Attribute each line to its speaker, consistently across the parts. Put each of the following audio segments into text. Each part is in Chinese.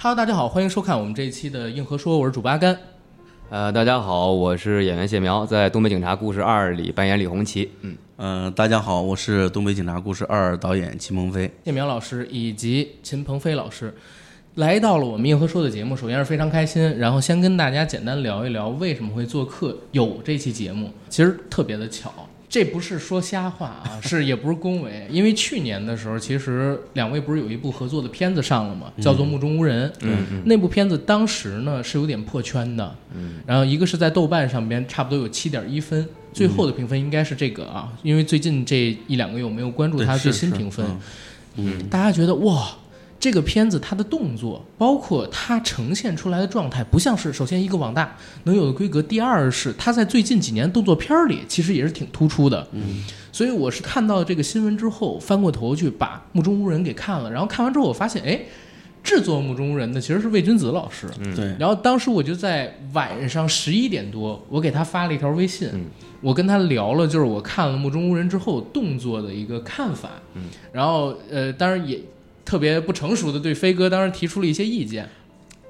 Speaker 1: Hello，大家好，欢迎收看我们这一期的硬核说，我是主播阿甘。
Speaker 2: 呃，大家好，我是演员谢苗，在《东北警察故事二》里扮演李红旗。嗯，
Speaker 3: 嗯、大家好，我是《东北警察故事二》导演齐鹏飞。
Speaker 1: 叶苗老师以及秦鹏飞老师来到了我们硬核说的节目，首先是非常开心。然后先跟大家简单聊一聊为什么会做客有这期节目，其实特别的巧。这不是说瞎话啊，是也不是恭维，因为去年的时候，其实两位不是有一部合作的片子上了吗？叫做《目中无人》。嗯嗯。那部片子当时呢是有点破圈的，嗯。然后一个是在豆瓣上边差不多有七点一分，最后的评分应该是这个啊，因为最近这一两个月我没有关注
Speaker 3: 对
Speaker 1: 它的最
Speaker 3: 是
Speaker 1: 新
Speaker 3: 是
Speaker 1: 评分，
Speaker 3: 嗯
Speaker 1: 大家觉得哇，这个片子它的动作，包括它呈现出来的状态，不像是首先一个网大能有的规格，第二是它在最近几年动作片儿里其实也是挺突出的。嗯，所以我是看到这个新闻之后，翻过头去把《目中无人》给看了，然后看完之后我发现，哎。制作《目中无人》的其实是魏君子老师，
Speaker 3: 对，
Speaker 1: 然后当时我就在晚上十一点多，我给他发了一条微信，
Speaker 3: 嗯
Speaker 1: 我跟他聊了，就是我看了《目中无人》之后动作的一个看法，
Speaker 3: 嗯
Speaker 1: 然后呃，当然也特别不成熟的对飞哥当时提出了一些意见。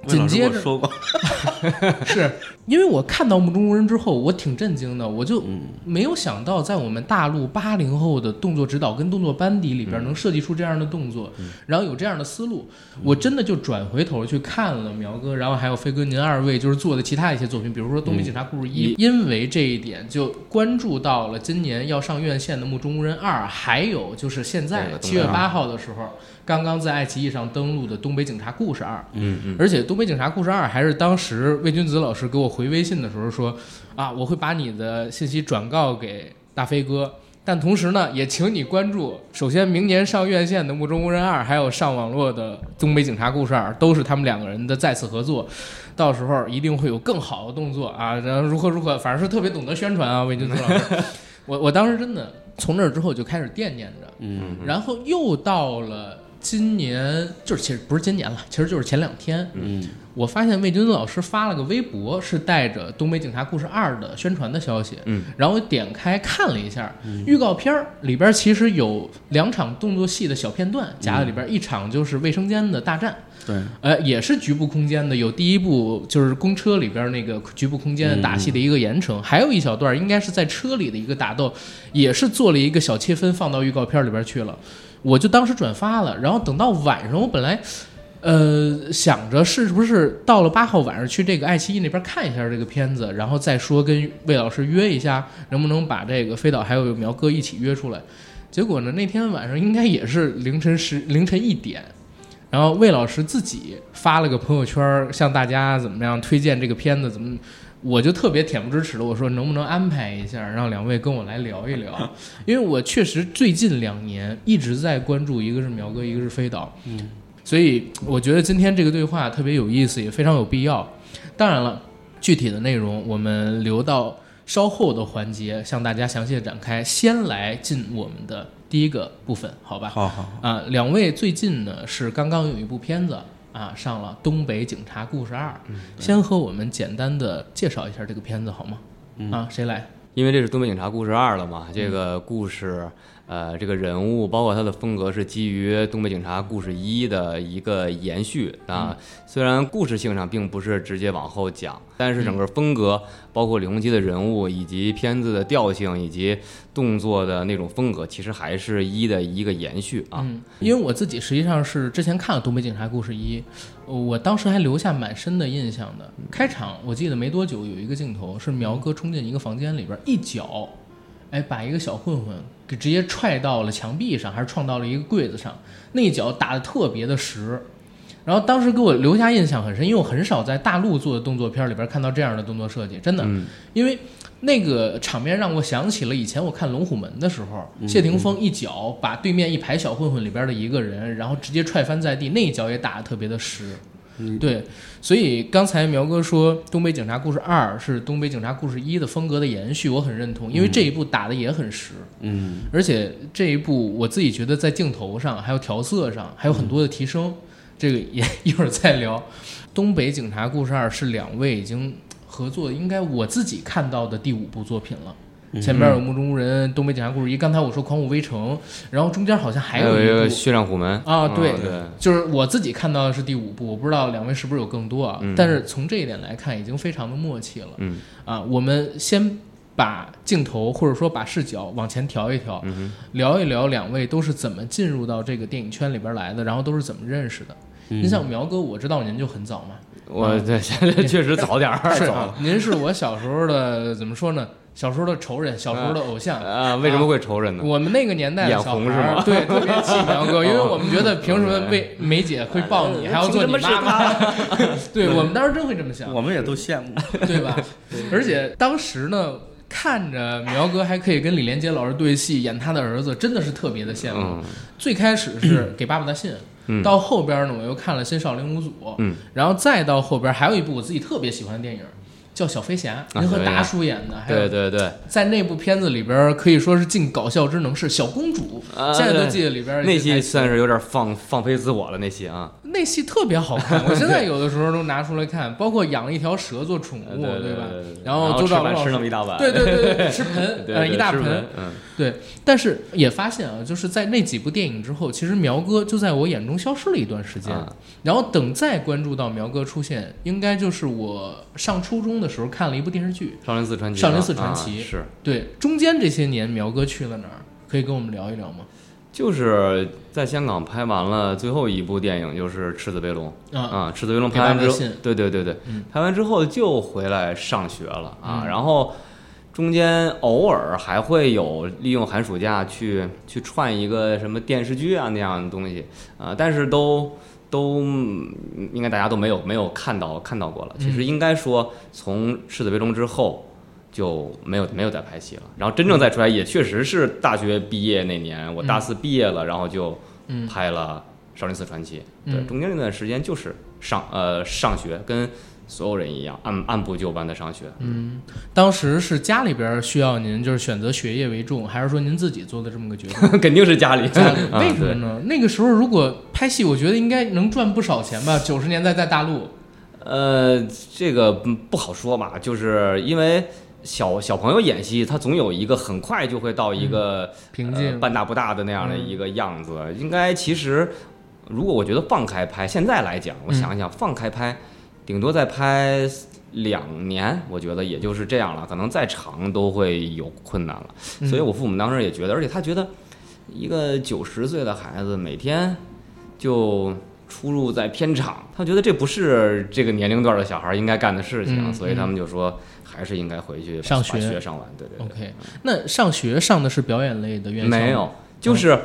Speaker 1: 紧接
Speaker 3: 魏老师跟我
Speaker 1: 着
Speaker 3: 说过，
Speaker 1: 是因为我看到《目中无人》之后，我挺震惊的，我就
Speaker 2: 嗯
Speaker 1: 没有想到在我们大陆八零后的动作指导跟动作班底里
Speaker 2: 嗯
Speaker 1: 边能设计出这样的动作，然后有这样的思路，我真的就转回头去看了苗哥，然后还有飞哥您二位就是做的其他一些作品，比如说《东北警察故事
Speaker 2: 嗯
Speaker 1: 一》，因为这一点就关注到了今年要上院线的《目中无人二》，还有就是现在
Speaker 2: 对了
Speaker 1: 七月八号的时候。刚刚在爱奇艺上登录的《东北警察故事二》，嗯嗯，而且《东北警察故事二》还是当时魏君子老师给我回微信的时候说，啊，我会把你的信息转告给大飞哥，但同时呢，也请你关注，首先明年上院线的《目中无人二》，还有上网络的《东北警察故事二》，都是他们两个人的再次合作，到时候一定会有更好的动作啊，然后如何如何，反正是特别懂得宣传啊，魏君子老师，我我当时真的从那儿之后就开始惦念着。
Speaker 3: 嗯，
Speaker 1: 然后又到了今年，就是其实不是今年了，其实就是前两天，嗯，我发现魏军老师发了个微博，是带着《东北警察故事二》的宣传的消息，嗯，然后我点开看了一下，预告片儿里边其实有两场动作戏的小片段夹在里边，一场就是卫生间的大战，
Speaker 3: 对，
Speaker 1: 呃，也是局部空间的，有第一部就是公车里边那个局部空间打戏的一个延承，还有一小段应该是在车里的一个打斗，也是做了一个小切分放到预告片里边去了。我就当时转发了，然后等到晚上，我本来。呃，想着是不是到了八号晚上去这个爱奇艺那边看一下这个片子，然后再说跟魏老师约一下，能不能把这个飞导还有苗哥一起约出来。结果呢，那天晚上应该也是凌晨十凌晨一点，然后魏老师自己发了个朋友圈儿，向大家怎么样推荐这个片子，怎么，我就特别恬不知耻的我说能不能安排一下，让两位跟我来聊一聊，因为我确实最近两年一直在关注，一个是苗哥，一个是飞导，嗯，所以我觉得今天这个对话特别有意思，也非常有必要。当然了，具体的内容我们留到稍后的环节向大家详细的展开，先来进我们的第一个部分，好吧？
Speaker 3: 好好，
Speaker 1: 啊，两位最近呢是刚刚有一部片子啊上了《东北警察故事二》，先和我们简单的介绍一下这个片子好吗？啊，谁来？
Speaker 2: 因为这是《东北警察故事二》了嘛，这个故事，呃，这个人物包括他的风格是基于《东北警察故事一》的一个延续
Speaker 1: 嗯
Speaker 2: 啊。虽然故事性上并不是直接往后讲，但是整个风格，包括李红基的人物以及片子的调性以及动作的那种风格，其实还是一的一个延续啊。
Speaker 1: 嗯，因为我自己实际上是之前看了《东北警察故事一》，呃我当时还留下蛮深的印象的。开场我记得没多久有一个镜头是苗哥冲进一个房间里边，一脚，哎，把一个小混混给直接踹到了墙壁上，还是撞到了一个柜子上，那一脚打得特别的实。然后当时给我留下印象很深，因为我很少在大陆做的动作片里边看到这样的动作设计，真的，
Speaker 2: 嗯
Speaker 1: 因为那个场面让我想起了以前我看《龙虎门》的时候，谢霆锋一脚把对面一排小混混里边的一个人，然后直接踹翻在地，那一脚也打得特别的实。对，所以刚才苗哥说《东北警察故事二》是《东北警察故事一》的风格的延续，我很认同，因为这一部打的也很实，
Speaker 3: 嗯，
Speaker 1: 而且这一部我自己觉得在镜头上还有调色上还有很多的提升，这个也 一会儿再聊。《东北警察故事二》是两位已经合作，应该我自己看到的第五部作品了。前边有目中无人、东北警察故事一，刚才我说狂舞危城，然后中间好像还
Speaker 2: 有
Speaker 1: 有
Speaker 2: 一
Speaker 1: 一
Speaker 2: 个
Speaker 1: 部。
Speaker 2: 血战虎门
Speaker 1: 啊
Speaker 2: 嗯
Speaker 1: 对
Speaker 2: 对，
Speaker 1: 就是我自己看到的是第五部，我不知道两位是不是有更多啊？
Speaker 2: 嗯
Speaker 1: 但是从这一点来看，已经非常的默契了。
Speaker 2: 嗯
Speaker 1: 啊，我们先把镜头或者说把视角往前调一调，
Speaker 2: 嗯
Speaker 1: 聊一聊两位都是怎么进入到这个电影圈里边来的，然后都是怎么认识的。您像苗哥，我知道您就很早嘛，
Speaker 2: 哼，我这现在确实 早点儿，
Speaker 1: 是啊，您是我小时候的怎么说呢？小时候的仇人，小时候的偶像。
Speaker 2: 啊，为什么会仇人呢？
Speaker 1: 我们那个年代的
Speaker 2: 眼
Speaker 1: 小
Speaker 2: 红
Speaker 1: 孩
Speaker 2: 是
Speaker 1: 儿
Speaker 2: 吗哦嗯
Speaker 1: 对特别气苗 哥，因为我们觉得凭什么为梅姐会抱你，还要做你妈妈？对我们当时真会这么想，
Speaker 3: 我们也都 羡慕。
Speaker 1: 对 吧？而且当时呢，看着苗哥还可以跟李连杰老师对戏，演他的儿子，真的是特别的羡慕。
Speaker 2: 嗯
Speaker 1: 最开始是给爸爸的信。
Speaker 2: 嗯
Speaker 1: 到后边呢，我又看了《新少林五祖》，
Speaker 2: 嗯，
Speaker 1: 然后再到后边还有一部我自己特别喜欢的电影，叫《小飞侠》，
Speaker 2: 啊
Speaker 1: 您和
Speaker 2: 小飞侠
Speaker 1: 达叔演的，还有
Speaker 2: 对对对，
Speaker 1: 在那部片子里边可以说是尽搞笑之能事，小公主，
Speaker 2: 啊
Speaker 1: 现在都记得里边儿
Speaker 2: 那
Speaker 1: 一些台
Speaker 2: 期
Speaker 1: 词
Speaker 2: 算是有点放放飞自我了，那期啊，
Speaker 1: 那戏特别好看，我 现在有的时候都拿出来看，包括养了一条蛇做宠物，
Speaker 2: 对
Speaker 1: 吧
Speaker 2: 对对？对
Speaker 1: 然
Speaker 2: 然后
Speaker 1: 周
Speaker 2: 吃
Speaker 1: 兆
Speaker 2: 完
Speaker 1: 龙老
Speaker 2: 吃
Speaker 1: 师
Speaker 2: 那么一大碗，
Speaker 1: 对对对对，吃盆
Speaker 2: 对
Speaker 1: 呃，
Speaker 2: 对
Speaker 1: 一大
Speaker 2: 吃
Speaker 1: 盆
Speaker 2: 文，嗯，
Speaker 1: 对。但是也发现啊，就是在那几部电影之后，其实苗哥就在我眼中消失了一段时间
Speaker 2: 啊。
Speaker 1: 然后等再关注到苗哥出现，应该就是我上初中的时候看了一部电视剧，
Speaker 2: 少林寺传奇嘛，
Speaker 1: 少林寺传奇
Speaker 2: 啊是
Speaker 1: 对，中间这些年苗哥去了哪儿？可以跟我们聊一聊吗？
Speaker 2: 就是在香港拍完了最后一部电影，就是《赤子威龙》
Speaker 1: 啊，
Speaker 2: 啊，《赤子威龙》
Speaker 1: 给
Speaker 2: 拍完
Speaker 1: 爸爸
Speaker 2: 之后
Speaker 1: 信，
Speaker 2: 对对对对，
Speaker 1: 嗯
Speaker 2: 拍完之后就回来上学了啊，
Speaker 1: 嗯
Speaker 2: 然后中间偶尔还会有利用寒暑假去去串一个什么电视剧啊那样的东西啊，但是都都嗯应该大家都没有没有看到看到过了。
Speaker 1: 嗯
Speaker 2: 其实应该说从《赤子威龙》之后。就没有没有再拍戏了，然后真正再出来也确实是大学毕业那年，我大四毕业了，然后就
Speaker 1: 嗯
Speaker 2: 拍了《少林寺传奇》。对，
Speaker 1: 嗯
Speaker 2: 中间那段时间就是上呃上学，跟所有人一样，按按部就班的上学。
Speaker 1: 嗯，当时是家里边需要您就是选择学业为重，还是说您自己做的这么个决定？
Speaker 2: 肯定是家里，
Speaker 1: 家里
Speaker 2: 啊
Speaker 1: 为什么
Speaker 2: 对
Speaker 1: 呢？那个时候如果拍戏，我觉得应该能赚不少钱吧。九十年代在大陆，
Speaker 2: 呃，这个嗯不好说吧，就是因为小小朋友演戏，他总有一个很快就会到一个、
Speaker 1: 平
Speaker 2: 呃
Speaker 1: 静，
Speaker 2: 半大不大的那样的
Speaker 1: 嗯
Speaker 2: 一个样子。应该其实，如果我觉得放开拍，现在来讲，我
Speaker 1: 嗯
Speaker 2: 想一想，放开拍，顶多再拍两年，我觉得也就是这样了，可能再长都会有困难了。
Speaker 1: 嗯
Speaker 2: 所以我父母当时也觉得，而且他觉得一个九十岁的孩子每天就出入在片场，他觉得这不是这个年龄段的小孩应该干的事情，
Speaker 1: 嗯
Speaker 2: 所以他们就说还是应该回去把
Speaker 1: 上
Speaker 2: 把
Speaker 1: 学
Speaker 2: 学上完，对对对。
Speaker 1: OK。那上学上的是表演类的院校吗
Speaker 2: 没有，就是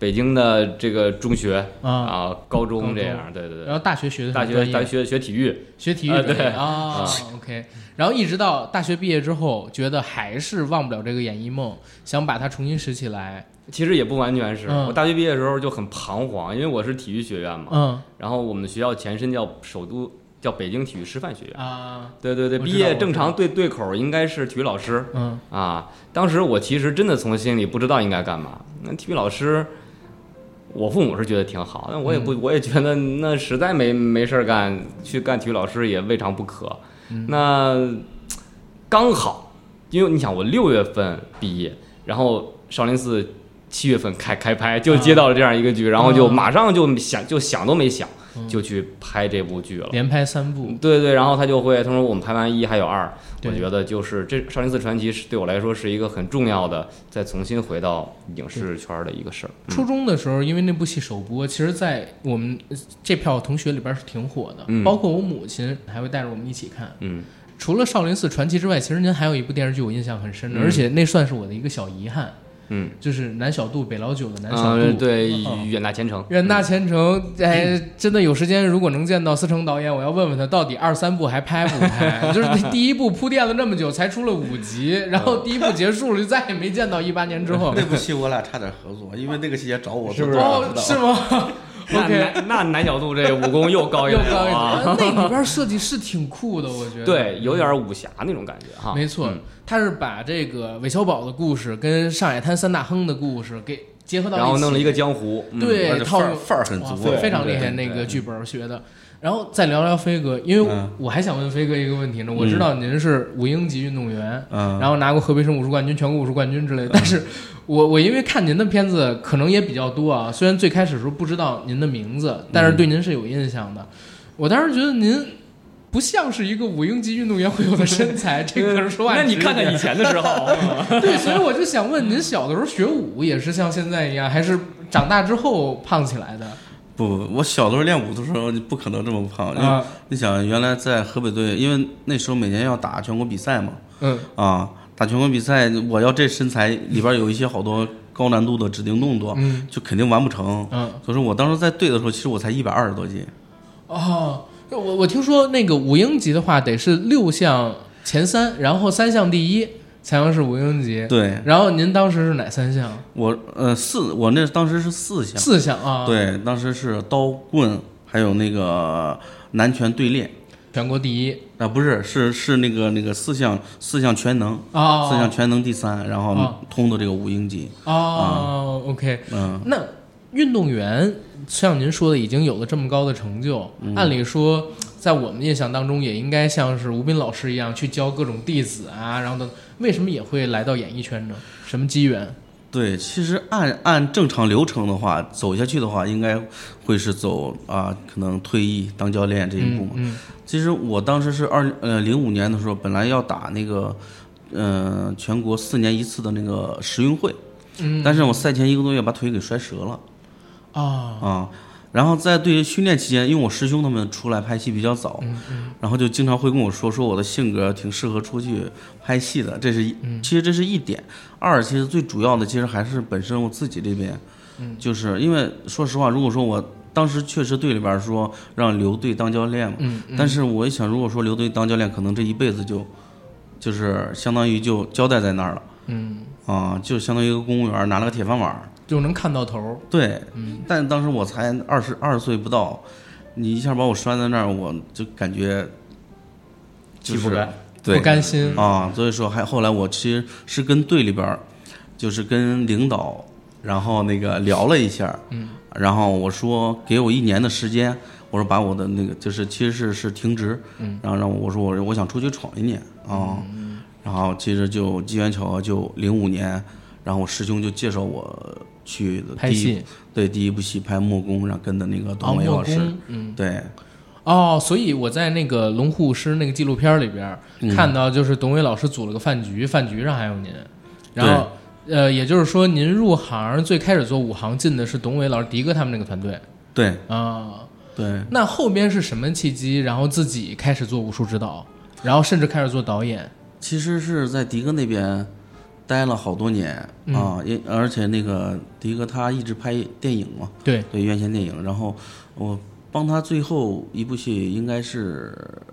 Speaker 2: 北京的这个中学
Speaker 1: 啊，
Speaker 2: 啊、高
Speaker 1: 高中
Speaker 2: 中这样，对对
Speaker 1: 然
Speaker 2: 对。
Speaker 1: 后大学学的
Speaker 2: 大
Speaker 1: 什么专
Speaker 2: 学
Speaker 1: 业
Speaker 2: 大学学体育，
Speaker 1: 学体育
Speaker 2: 呃
Speaker 1: 专业
Speaker 2: 对
Speaker 1: 啊，OK。然后一直到大学毕业之后，觉得还是忘不了这个演艺梦，想把它重新拾起来。
Speaker 2: 其实也不完全是。
Speaker 1: 嗯
Speaker 2: 我大学毕业的时候就很彷徨，因为我是体育学院嘛，
Speaker 1: 嗯
Speaker 2: 然后我们学校前身叫首都叫北京体育师范学院。
Speaker 1: 啊
Speaker 2: 对对对，
Speaker 1: 我
Speaker 2: 毕
Speaker 1: 知道我
Speaker 2: 业
Speaker 1: 知
Speaker 2: 正常
Speaker 1: 道
Speaker 2: 对对口儿应该是体育老师
Speaker 1: 嗯
Speaker 2: 啊。当时我其实真的从心里不知道应该干嘛。那体育老师，我父母是觉得挺好，那我也
Speaker 1: 嗯
Speaker 2: 不，我也觉得那实在没没事儿干，去干体育老师也未尝不可。
Speaker 1: 嗯
Speaker 2: 那刚好，因为你想，我六月份毕业，然后少林寺七月份开开拍，
Speaker 1: 啊
Speaker 2: 就接到了这样一个剧，然后就马上就想就想都没想
Speaker 1: 嗯，
Speaker 2: 就去拍这部剧了。
Speaker 1: 连拍三部，
Speaker 2: 嗯对对，然后他就会他说我们拍完一还有二，我
Speaker 1: 对
Speaker 2: 觉得就是这《少林寺传奇》是对我来说是一个很重要的，再重新回到影视圈儿的一个事儿。
Speaker 1: 初中的时候，因为那部戏首播，其实，在我们呃这票同学里边是挺火的，
Speaker 2: 嗯
Speaker 1: 包括我母亲还会带着我们一起看。
Speaker 2: 嗯，
Speaker 1: 除了《少林寺传奇》之外，其实您还有一部电视剧我印象很深的，
Speaker 2: 嗯
Speaker 1: 而且那算是我的一个小遗憾，
Speaker 2: 嗯
Speaker 1: 就是南小杜北老九的南小
Speaker 2: 嗯，
Speaker 1: 杜。
Speaker 2: 对
Speaker 1: 嗯，
Speaker 2: 远大前程，
Speaker 1: 远大前程，哎，真的有时间，如果能见到思成导演，我要问问他到底二三部还拍不拍？就是那第一部铺垫了那么久，才出了五集，然后第一部结束了，就再也没见到一八年之 后
Speaker 3: 那，部戏我俩差点合作，因为那个戏也找我
Speaker 2: 是
Speaker 3: 做
Speaker 2: 不
Speaker 3: 导
Speaker 2: 是
Speaker 1: 哦
Speaker 3: 演，
Speaker 1: 是
Speaker 3: 指导。
Speaker 1: 吗
Speaker 2: 那
Speaker 1: ？OK，
Speaker 2: 南那南小度这武功又高一
Speaker 1: 又
Speaker 2: 点
Speaker 1: 高一
Speaker 2: 了
Speaker 1: 点
Speaker 2: 啊，
Speaker 1: 那里边设计是挺酷的，我觉得。
Speaker 2: 对，有点武侠那种感觉哈。
Speaker 1: 没错，他是把这个韦小宝的故事跟上海滩三大亨的故事给结合到一起，
Speaker 2: 然后弄了一个江湖，嗯
Speaker 1: 对
Speaker 3: 而且
Speaker 1: 套
Speaker 3: 范儿
Speaker 1: 用
Speaker 3: 范儿很
Speaker 1: 哇
Speaker 3: 足啊
Speaker 1: 非
Speaker 3: 对
Speaker 1: 非常厉
Speaker 2: 对
Speaker 1: 害
Speaker 2: 对
Speaker 1: 那个
Speaker 2: 对
Speaker 1: 剧本学的。然后再聊聊飞哥，因为
Speaker 3: 嗯
Speaker 1: 我还想问飞哥一个问
Speaker 2: 嗯
Speaker 1: 题呢。我知道您是五英级运动员，
Speaker 3: 嗯
Speaker 1: 然后拿过河北省武术冠军、全国武术冠军之
Speaker 2: 嗯
Speaker 1: 类的。但是我我因为看您的片子可能也比较多啊，虽然最开始的时候不知道您的名
Speaker 2: 嗯
Speaker 1: 字，但是对您是有印象的。我当时觉得您不像是一个五英级运动员会有的身 材，这个是说话
Speaker 2: 那你
Speaker 1: 直接
Speaker 2: 看看以前的 时候，
Speaker 1: 对，所以我就想问，您小的时候学武也是像现在一样，还是长大之后胖起来的？
Speaker 3: 不不，我小的时候练武的时候，你不可能这么胖。因为
Speaker 1: 啊
Speaker 3: 你想，原来在河北队，因为那时候每年要打全国比赛嘛，
Speaker 1: 嗯，
Speaker 3: 啊，打全国比赛，我要这身材里边有一些好多高难度的指定动作，
Speaker 1: 嗯
Speaker 3: 就肯定完不成。
Speaker 1: 嗯，
Speaker 3: 所以说我当时在队的时候，其实我才一百二十多斤。
Speaker 1: 哦，我我听说那个五英级的话，得是六项前三，然后三项第一才能是五英级。
Speaker 3: 对
Speaker 1: 然后您当时是哪三项？
Speaker 3: 我，呃，四，我那当时是四项。
Speaker 1: 四项啊？，
Speaker 3: 对，当时是刀棍，还有那个南拳对练。
Speaker 1: 全国第一
Speaker 3: 啊，不是，是是那个那个四项四项全能，
Speaker 1: 哦
Speaker 3: 四项全能第三，然
Speaker 1: 哦
Speaker 3: 后通的这个五英级，
Speaker 1: 哦。OK，
Speaker 3: 嗯，
Speaker 1: 那运动员像您说的，已经有了这么高的成就，
Speaker 3: 嗯
Speaker 1: 按理说，在我们印象当中，也应该像是吴斌老师一样去教各种弟子啊，然后等，为什么也会来到演艺圈呢？什么机缘？
Speaker 3: 对，其实按按正常流程的话，走下去的话，应该会是走啊，可能退役当教练这一步嘛。
Speaker 1: 嗯
Speaker 3: 其实我当时是二呃零五年的时候，本来要打那个，呃全国四年一次的那个十运会，
Speaker 1: 嗯
Speaker 3: 但是我赛前一个多月把腿给摔折了。
Speaker 1: 啊，
Speaker 3: 啊。然后在对于训练期间，因为我师兄他们出来拍戏比较早，
Speaker 1: 嗯
Speaker 3: 然后就经常会跟我说，说我的性格挺适合出去拍戏的，这是一，
Speaker 1: 嗯
Speaker 3: 其实这是一点。二，其实最主要的其实还是本身我自己这边，
Speaker 1: 嗯
Speaker 3: 就是因为说实话，如果说我当时确实队里边说让刘队当教练嘛，
Speaker 1: 嗯嗯
Speaker 3: 但是我一想，如果说刘队当教练，可能这一辈子就就是相当于就交代在那儿了
Speaker 1: 嗯，
Speaker 3: 啊，就相当于一个公务员拿了个铁饭碗儿，
Speaker 1: 就能看到头儿。
Speaker 3: 对，
Speaker 1: 嗯
Speaker 3: 但当时我才二十二岁不到，你一下把我拴在那儿，我就感觉就
Speaker 2: 气不
Speaker 3: 是
Speaker 2: 该
Speaker 3: 对
Speaker 1: 不甘心。
Speaker 3: 啊，所以说还后来我其实是跟队里边儿，就是跟领导，然后那个聊了一下，嗯，然后我说给我一年的时间，我说把我的那个就是其实是是停职，嗯，然后让我我说我我想出去闯一年啊，
Speaker 1: 嗯
Speaker 3: 然后其实就机缘巧合就零五年，然后我师兄就介绍我去的
Speaker 1: 拍
Speaker 3: 第一
Speaker 1: 戏，
Speaker 3: 对，第一部戏拍《木工》，然后跟的那个
Speaker 1: 熬
Speaker 3: 董伟
Speaker 1: 木
Speaker 3: 老师，
Speaker 1: 工，嗯，
Speaker 3: 对，
Speaker 1: 哦，所以我在那个《龙护师》那个纪录片里边儿、
Speaker 3: 嗯
Speaker 1: 看到，就是董伟老师组了个饭局，饭局上还有您，然后呃，也就是说您入行最开始做武行进的是董伟老师、迪哥他们那个团队
Speaker 3: 对，
Speaker 1: 啊。
Speaker 3: 对，
Speaker 1: 那后边是什么契机，然后自己开始做武术指导，然后甚至开始做导演？
Speaker 3: 其实是在迪哥那边待了好多年、
Speaker 1: 嗯
Speaker 3: 啊，也而且那个迪哥他一直拍电影嘛，
Speaker 1: 对，
Speaker 3: 对，院线电影，然后我帮他最后一部戏应该是《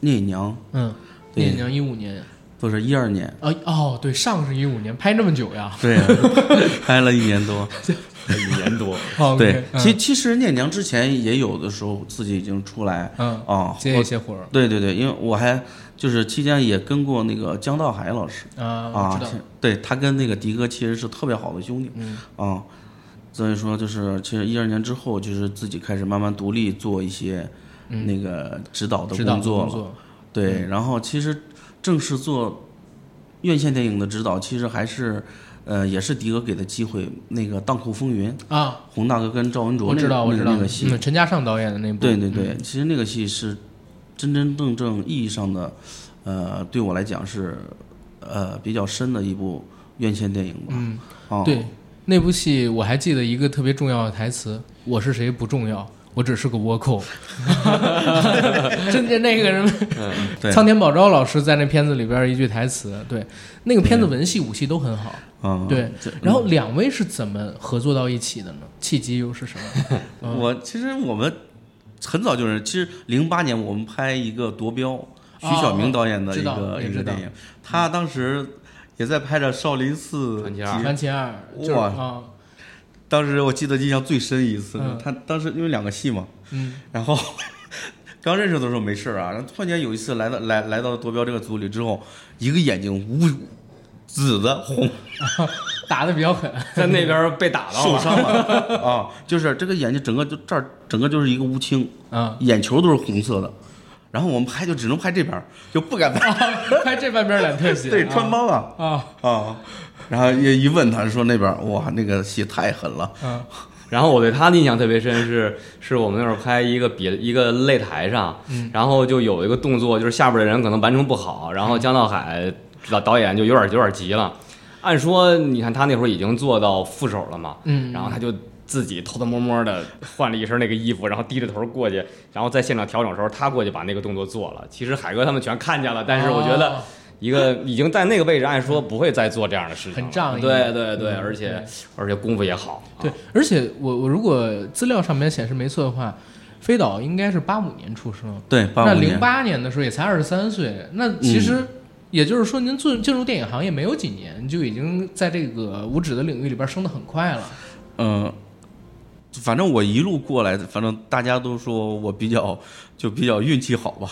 Speaker 3: 聂隐娘
Speaker 1: 嗯，
Speaker 3: 对
Speaker 1: 聂娘一五年，》，
Speaker 3: 都是一 二年，
Speaker 1: 啊哦，对，上是一五年，拍那么久呀？
Speaker 3: 对，拍了一年多，
Speaker 2: 一年多，
Speaker 1: 哦
Speaker 3: 对，
Speaker 1: OK，
Speaker 3: 其其实《聂隐娘》之前也有的时候自己已经出来
Speaker 1: 嗯嗯，，
Speaker 3: 啊
Speaker 1: 接一些活儿
Speaker 3: 对对对，因为我还就是期间也跟过那个江道海老师
Speaker 1: 啊，我
Speaker 3: 啊
Speaker 1: 知道，
Speaker 3: 其对他跟那个迪哥其实是特别好的兄弟，
Speaker 1: 嗯
Speaker 3: 啊，所以说就是其实一二年之后，就是自己开始慢慢独立做一些那个指导
Speaker 1: 嗯
Speaker 3: 的
Speaker 1: 指导
Speaker 3: 工
Speaker 1: 的
Speaker 3: 作
Speaker 1: 工
Speaker 3: 了，
Speaker 1: 作，嗯
Speaker 3: 对，然后其实正式做院线电影的指导，其实还是呃也是迪哥给的机会，那个《荡寇风云》，
Speaker 1: 啊，
Speaker 3: 洪大哥跟赵文卓
Speaker 1: 我
Speaker 3: 那
Speaker 1: 知
Speaker 3: 个
Speaker 1: 道，我
Speaker 3: 那
Speaker 1: 知
Speaker 3: 个
Speaker 1: 道
Speaker 3: 那个戏，
Speaker 1: 嗯陈嘉上导演的那部，嗯
Speaker 3: 对对对，其实那个戏是真真正正意义上的，呃，对我来讲是呃比较深的一部院线电影吧。嗯，哦，
Speaker 1: 对那部戏我还记得一个特别重要的台词：“我是谁不重要，我只是个倭 寇。” 真的，那个人
Speaker 3: 对，
Speaker 1: 苍天保昭老师在那片子里边一句台词，对，那个片子文戏武戏都很好。
Speaker 3: 嗯，
Speaker 1: 对
Speaker 3: 这，
Speaker 1: 然后两位是怎么合作到一起的呢？契机又是什么？
Speaker 3: 嗯我其实我们很早就是，其实零八年我们拍一个《夺标》，徐晓明导演的一
Speaker 1: 哦知道
Speaker 3: 个
Speaker 1: 也
Speaker 3: 一
Speaker 1: 知
Speaker 3: 个
Speaker 1: 道
Speaker 3: 电影，他当时也在拍着《少林寺
Speaker 2: 传奇
Speaker 3: 集
Speaker 2: 二
Speaker 1: 传奇二就是
Speaker 3: 哇
Speaker 1: 啊，
Speaker 3: 当时我记得印象最深一次，
Speaker 1: 嗯
Speaker 3: 他当时因为两个戏嘛，
Speaker 1: 嗯，
Speaker 3: 然后 刚认识的时候没事儿啊，然后突然间有一次来到来来到夺标这个组里之后，一个眼睛无紫的红
Speaker 1: 打的比较狠，
Speaker 2: 在那边被打到
Speaker 3: 受
Speaker 2: 了，
Speaker 3: 伤 了啊，就是这个眼睛整个就这儿整个就是一个乌青，
Speaker 1: 嗯，
Speaker 3: 眼球都是红色的，然后我们拍就只能拍这边儿，就不 敢拍
Speaker 1: 拍这半边脸特写，
Speaker 3: 对穿
Speaker 1: 啊
Speaker 3: 帮啊
Speaker 1: 啊，
Speaker 3: 啊，然后一一问他说那边儿哇那个戏太狠了，
Speaker 1: 嗯
Speaker 2: 然后我对他的印象特别深是，是我们那会儿拍一个比一个擂台上，
Speaker 1: 嗯
Speaker 2: 然后就有一个动作，就是下边的人可能完成不好，然后江道海导导演就有点有点急了。按说你看他那会儿已经做到副手了嘛，
Speaker 1: 嗯
Speaker 2: 然后他就自己偷偷摸摸的换了一身那个衣服，然后低着头过去，然后在现场调整的时候，他过去把那个动作做了。其实海哥他们全看见了，但是我觉
Speaker 1: 哦
Speaker 2: 得一个已经在那个位置，按说不会再做这样的事情了，
Speaker 1: 很仗义
Speaker 2: 对对对，
Speaker 1: 嗯
Speaker 2: 而且
Speaker 1: 对
Speaker 2: 而且功夫也好，啊
Speaker 1: 对，而且我我如果资料上面显示没错的话，飞岛应该是八五年出生，
Speaker 3: 对，八
Speaker 1: 那
Speaker 3: 五
Speaker 1: 零
Speaker 3: 年，嗯
Speaker 1: 八年的时候也才二十三岁，那其实也就是说，您进进入电影行业没有几年，就已经在这个五指的领域里边升得很快了。
Speaker 3: 嗯、反正我一路过来，反正大家都说我比较就比较运气好吧，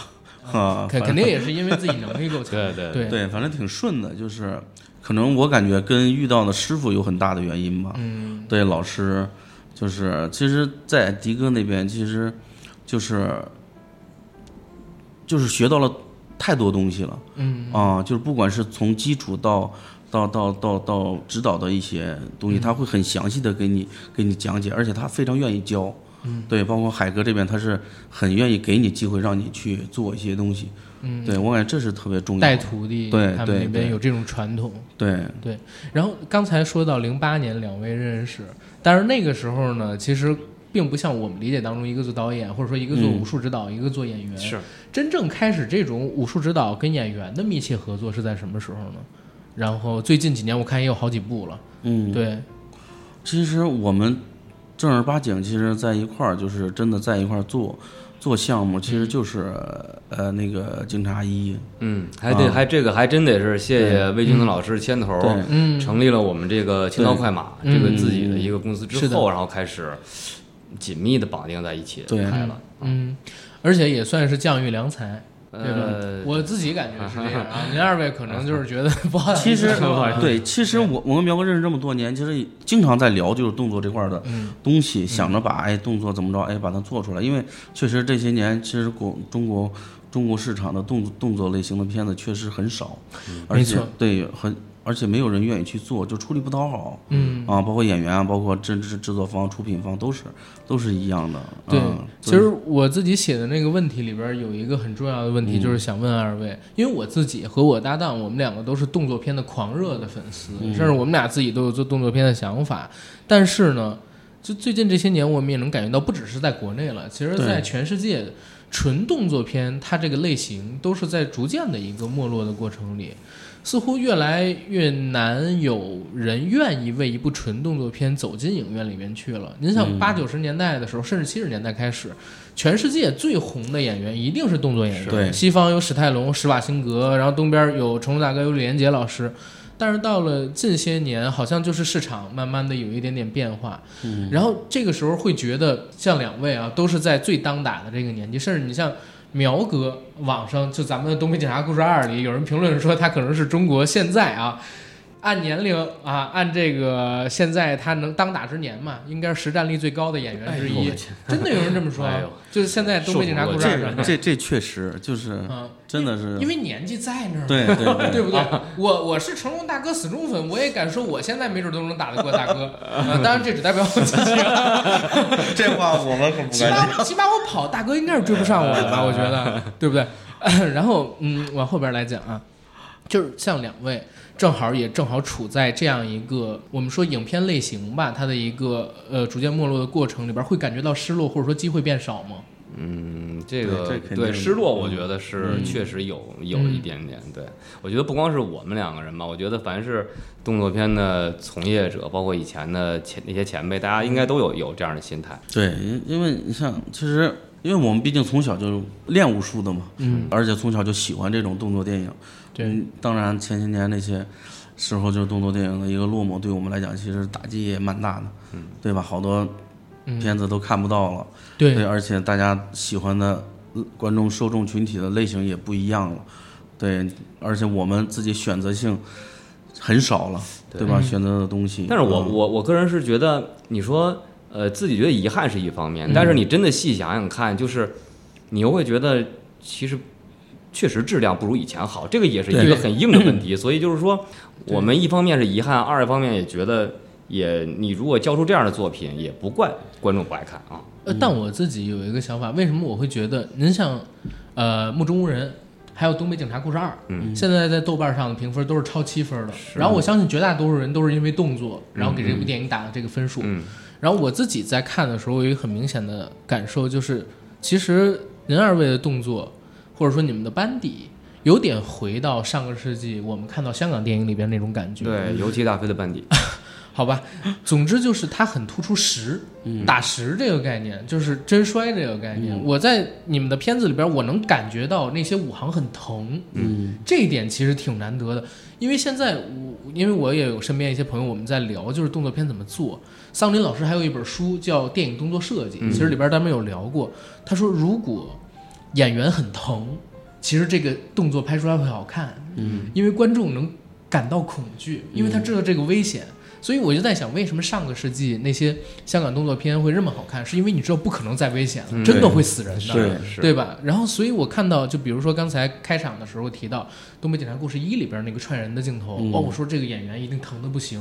Speaker 3: 啊，
Speaker 1: 肯
Speaker 3: 反
Speaker 1: 肯定也是因为自己能力够强。
Speaker 2: 对对
Speaker 1: 对
Speaker 3: 对，反正挺顺的，就是可能我感觉跟遇到的师傅有很大的原因吧。
Speaker 1: 嗯，
Speaker 3: 对，老师就是，其实，在迪哥那边，其实就是就是学到了太多东西了。
Speaker 1: 嗯
Speaker 3: 啊，就是不管是从基础到。到到到到指导的一些东西，他会很详细的给你给你讲解，而且他非常愿意教，嗯，对，包括海哥这边，他是很愿意给你机会让你去做一些东西，嗯，对我感觉这是特别重要的，
Speaker 1: 带徒弟，
Speaker 3: 对
Speaker 1: 他们
Speaker 3: 对
Speaker 1: 那边
Speaker 3: 对
Speaker 1: 有这种传统。
Speaker 3: 对，
Speaker 1: 对，然后刚才说到零八年两位认识，但是那个时候呢，其实并不像我们理解当中一个做导演，或者说一个做武术指导，一个做演员。
Speaker 2: 是
Speaker 1: 真正开始这种武术指导跟演员的密切合作是在什么时候呢？然后最近几年我看也有好几部了。
Speaker 3: 嗯，
Speaker 1: 对，
Speaker 3: 其实我们正儿八经，其实在一块儿，就是真的在一块儿做做项目，其实就是、呃那个警察一，
Speaker 2: 嗯，还得、还这个还真得是谢谢魏军腾老师牵头，
Speaker 3: 啊嗯对嗯
Speaker 1: 嗯，
Speaker 2: 成立了我们这个青刀快马这个自己的一个公司
Speaker 1: 是
Speaker 2: 之
Speaker 1: 的
Speaker 2: 后，然后开始紧密的绑定在一起
Speaker 3: 对
Speaker 2: 拍了。
Speaker 1: 嗯，而且也算是降育良才，
Speaker 3: 嗯
Speaker 1: 对吧？
Speaker 2: 呃，
Speaker 1: 我自己感觉是这样 啊，您二位可能就是觉得不好意思
Speaker 3: 其实
Speaker 1: 说啊
Speaker 3: 对，其实我我跟苗哥认识这么多年，其实经常在聊就是动作这块儿的
Speaker 1: 嗯
Speaker 3: 东西，想着把哎动作怎么着哎把它做出来，因为确实这些年其实国中国中国市场的动动作类型的片子确实很少，而
Speaker 1: 没
Speaker 3: 且
Speaker 1: 错
Speaker 3: 对很而且没有人愿意去做，就出力不讨好。
Speaker 1: 嗯，
Speaker 3: 啊，包括演员啊，包括制制制作方、出品方都是都是一样的。
Speaker 1: 对
Speaker 3: 嗯，
Speaker 1: 其实我自己写的那个问题里边儿有一个很重要的问题，
Speaker 3: 嗯
Speaker 1: 就是想问二位，因为我自己和我搭档，我们两个都是动作片的狂热的粉丝，
Speaker 3: 嗯
Speaker 1: 甚至我们俩自己都有做动作片的想法。但是呢，就最近这些年，我们也能感觉到，不只是在国内了，其实
Speaker 3: 对
Speaker 1: 在全世界，纯动作片它这个类型都是在逐渐的一个没落的过程里。似乎越来越难有人愿意为一部纯动作片走进影院里面去了。您像八九十年代的时候，甚至七十年代开始，全世界最红的演员一定是动作演员。
Speaker 3: 对
Speaker 1: 西方有史泰龙、施瓦辛格，然后东边有成龙大哥、有李连杰老师。但是到了近些年，好像就是市场慢慢的有一点点变化，嗯，然后这个时候会觉得像两位啊，都是在最当打的这个年纪，甚至你像苗哥，网上就咱们《东北警察故事二》里有人评论说他可能是中国现在啊，按年龄啊，按这个现在他能当打之年嘛，应该是实战力最高的演员之一，真的有人这么说啊，
Speaker 2: 哎呦
Speaker 1: 就是现在《东北警察故事二》
Speaker 3: 这
Speaker 1: 上面，
Speaker 3: 这这确实就是
Speaker 1: 嗯，
Speaker 3: 真的是
Speaker 1: 因为年纪在那儿嘛，
Speaker 3: 对对
Speaker 1: 对不对？我我是成龙大哥死忠粉，我也敢说，我现在没准都能打得过大哥。呃、当然，这只代表我自己啊。
Speaker 3: 对，这话我们可 不
Speaker 1: 起码起码我跑，大哥应该是追不上我的吧？我觉得，对不 对？然后，嗯，往后边来讲啊，就是像两位正好也正好处在这样一个我们说影片类型吧，它的一个呃逐渐没落的过程里边，会感觉到失落或者说机会变少吗？
Speaker 2: 嗯，这个
Speaker 3: 对这肯定嗯
Speaker 2: 对
Speaker 3: 的
Speaker 2: 失落，我觉得是确实有、有一点点。对我觉得不光是我们两个人吧，我觉得凡是动作片的从业者，包括以前的前那些前辈，大家应该都有有这样的心态。
Speaker 3: 对，因因为你像其实。因为我们毕竟从小就练武术的嘛，嗯，而且从小就喜欢这种动作电影。
Speaker 1: 对
Speaker 3: 嗯，当然前些年那些时候，就是动作电影的一个落寞，对我们来讲其实打击也蛮大的，嗯，对吧？好多
Speaker 1: 嗯
Speaker 3: 片子都看不到了，对，啊而且大家喜欢的呃观众受众群体的类型也不一样了，对，而且我们自己选择性很少了，
Speaker 2: 对
Speaker 3: 对吧？
Speaker 1: 嗯
Speaker 3: 选择的东西。
Speaker 2: 但是我
Speaker 3: 嗯
Speaker 2: 我我个人是觉得，你说呃自己觉得遗憾是一方面，但是你真的细想想看，就是你又会觉得其实确实质量不如以前好，这个也是一
Speaker 1: 对
Speaker 2: 个很硬的问题。所以就是说，我们一方面是遗憾，二一方面也觉得也你如果交出这样的作品，也不怪观众不爱看啊。
Speaker 1: 呃，但我自己有一个想法，为什么我会觉得您像，呃，《目中无人》还有《东北警察故事二》，
Speaker 2: 嗯，
Speaker 1: 现在在豆瓣上的评分都是超七分的。然后我相信绝大多数人都是因为动作，然后给这部电影打的这个分数。
Speaker 2: 嗯
Speaker 1: 然后我自己在看的时候，有一个很明显的感受，就是其实您二位的动作，或者说你们的班底，有点回到上个世纪我们看到香港电影里边那种感觉。
Speaker 2: 对，尤其大飞的班底，
Speaker 1: 好吧，总之就是它很突出实，打实这个概念，就是真摔这个概念。我在你们的片子里边，我能感觉到那些武行很疼，
Speaker 3: 嗯
Speaker 1: 这一点其实挺难得的。因为现在我，因为我也有身边一些朋友，我们在聊就是动作片怎么做。桑林老师还有一本书叫《电影动作设计》，其实里边咱们有聊过。他说，如果演员很疼，其实这个动作拍出来会好看，
Speaker 3: 嗯，
Speaker 1: 因为观众能感到恐惧，因为他知道这个危险。所以我就在想，为什么上个世纪那些香港动作片会这么好看？是因为你知道不可能再危险了，
Speaker 2: 嗯
Speaker 1: 真的会死人的。
Speaker 3: 对
Speaker 2: 是
Speaker 1: 对吧？然后，所以我看到，就比如说刚才开场的时候提到《东北警察故事一》里边那个踹人的镜头，
Speaker 3: 嗯
Speaker 1: 哦，我说这个演员一定疼的不行。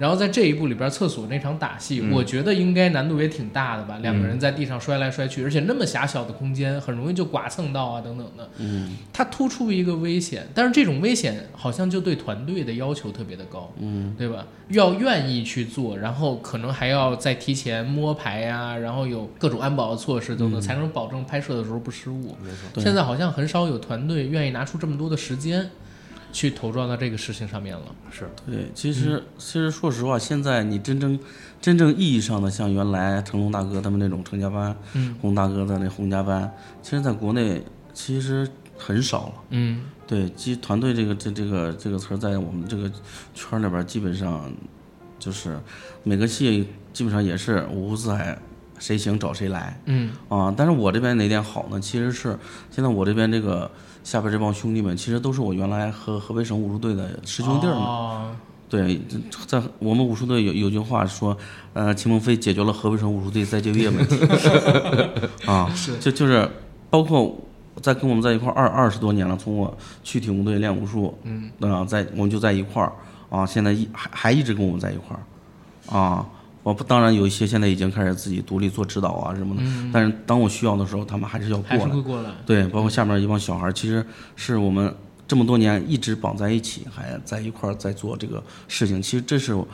Speaker 1: 然后在这一部里边厕所那场打
Speaker 3: 嗯
Speaker 1: 戏，我觉得应该难度也挺大的吧？两个人在地上摔来摔去，而且那么狭小的空间，很容易就剐蹭到啊等等的。
Speaker 3: 嗯
Speaker 1: 它突出一个危险，但是这种危险好像就对团队的要求特别的高。
Speaker 3: 嗯，
Speaker 1: 对吧？要愿意去做，然后可能还要再提前摸排呀、然后有各种安保的措施
Speaker 3: 嗯
Speaker 1: 等等，才能保证拍摄的时候不失误。
Speaker 2: 没错，
Speaker 3: 对
Speaker 1: 现在好像很少有团队愿意拿出这么多的时间去投撞到这个事情上面了。
Speaker 2: 是
Speaker 3: 对，其实、其实说实话，现在你真正真正意义上的像原来成龙大哥他们那种成家班，
Speaker 1: 嗯，
Speaker 3: 洪大哥的那洪家班，其实在国内其实很少了。
Speaker 1: 嗯
Speaker 3: 对，其实团队这个这这个这个词儿在我们这个圈儿里边儿基本上就是每个戏基本上也是五湖四海，谁行找谁来。
Speaker 1: 嗯
Speaker 3: 啊，但是我这边哪点好呢？其实是现在我这边这个下边这帮兄弟们，其实都是我原来和河北省武术队的师兄弟儿们。
Speaker 1: 哦
Speaker 3: 对，在我们武术队有有句话说，呃，秦鹏飞解决了河北省武术队再就业问题。 啊，就就是包括在跟我们在一块儿二二十多年了，从我去体工队练武术，嗯，啊、在我们就在一块儿啊，现在一还还一直跟我们在一块儿啊。我不，当然有一些现在已经开始自己独立做指导啊什么的，但是当我需要的时候，他们还是要
Speaker 1: 还
Speaker 3: 过
Speaker 1: 是
Speaker 3: 来。
Speaker 1: 会过来。
Speaker 3: 对，包括下面一帮小孩儿，其实是我们这么多年一直绑在一起，还在一块儿在做这个事情。其实这是我，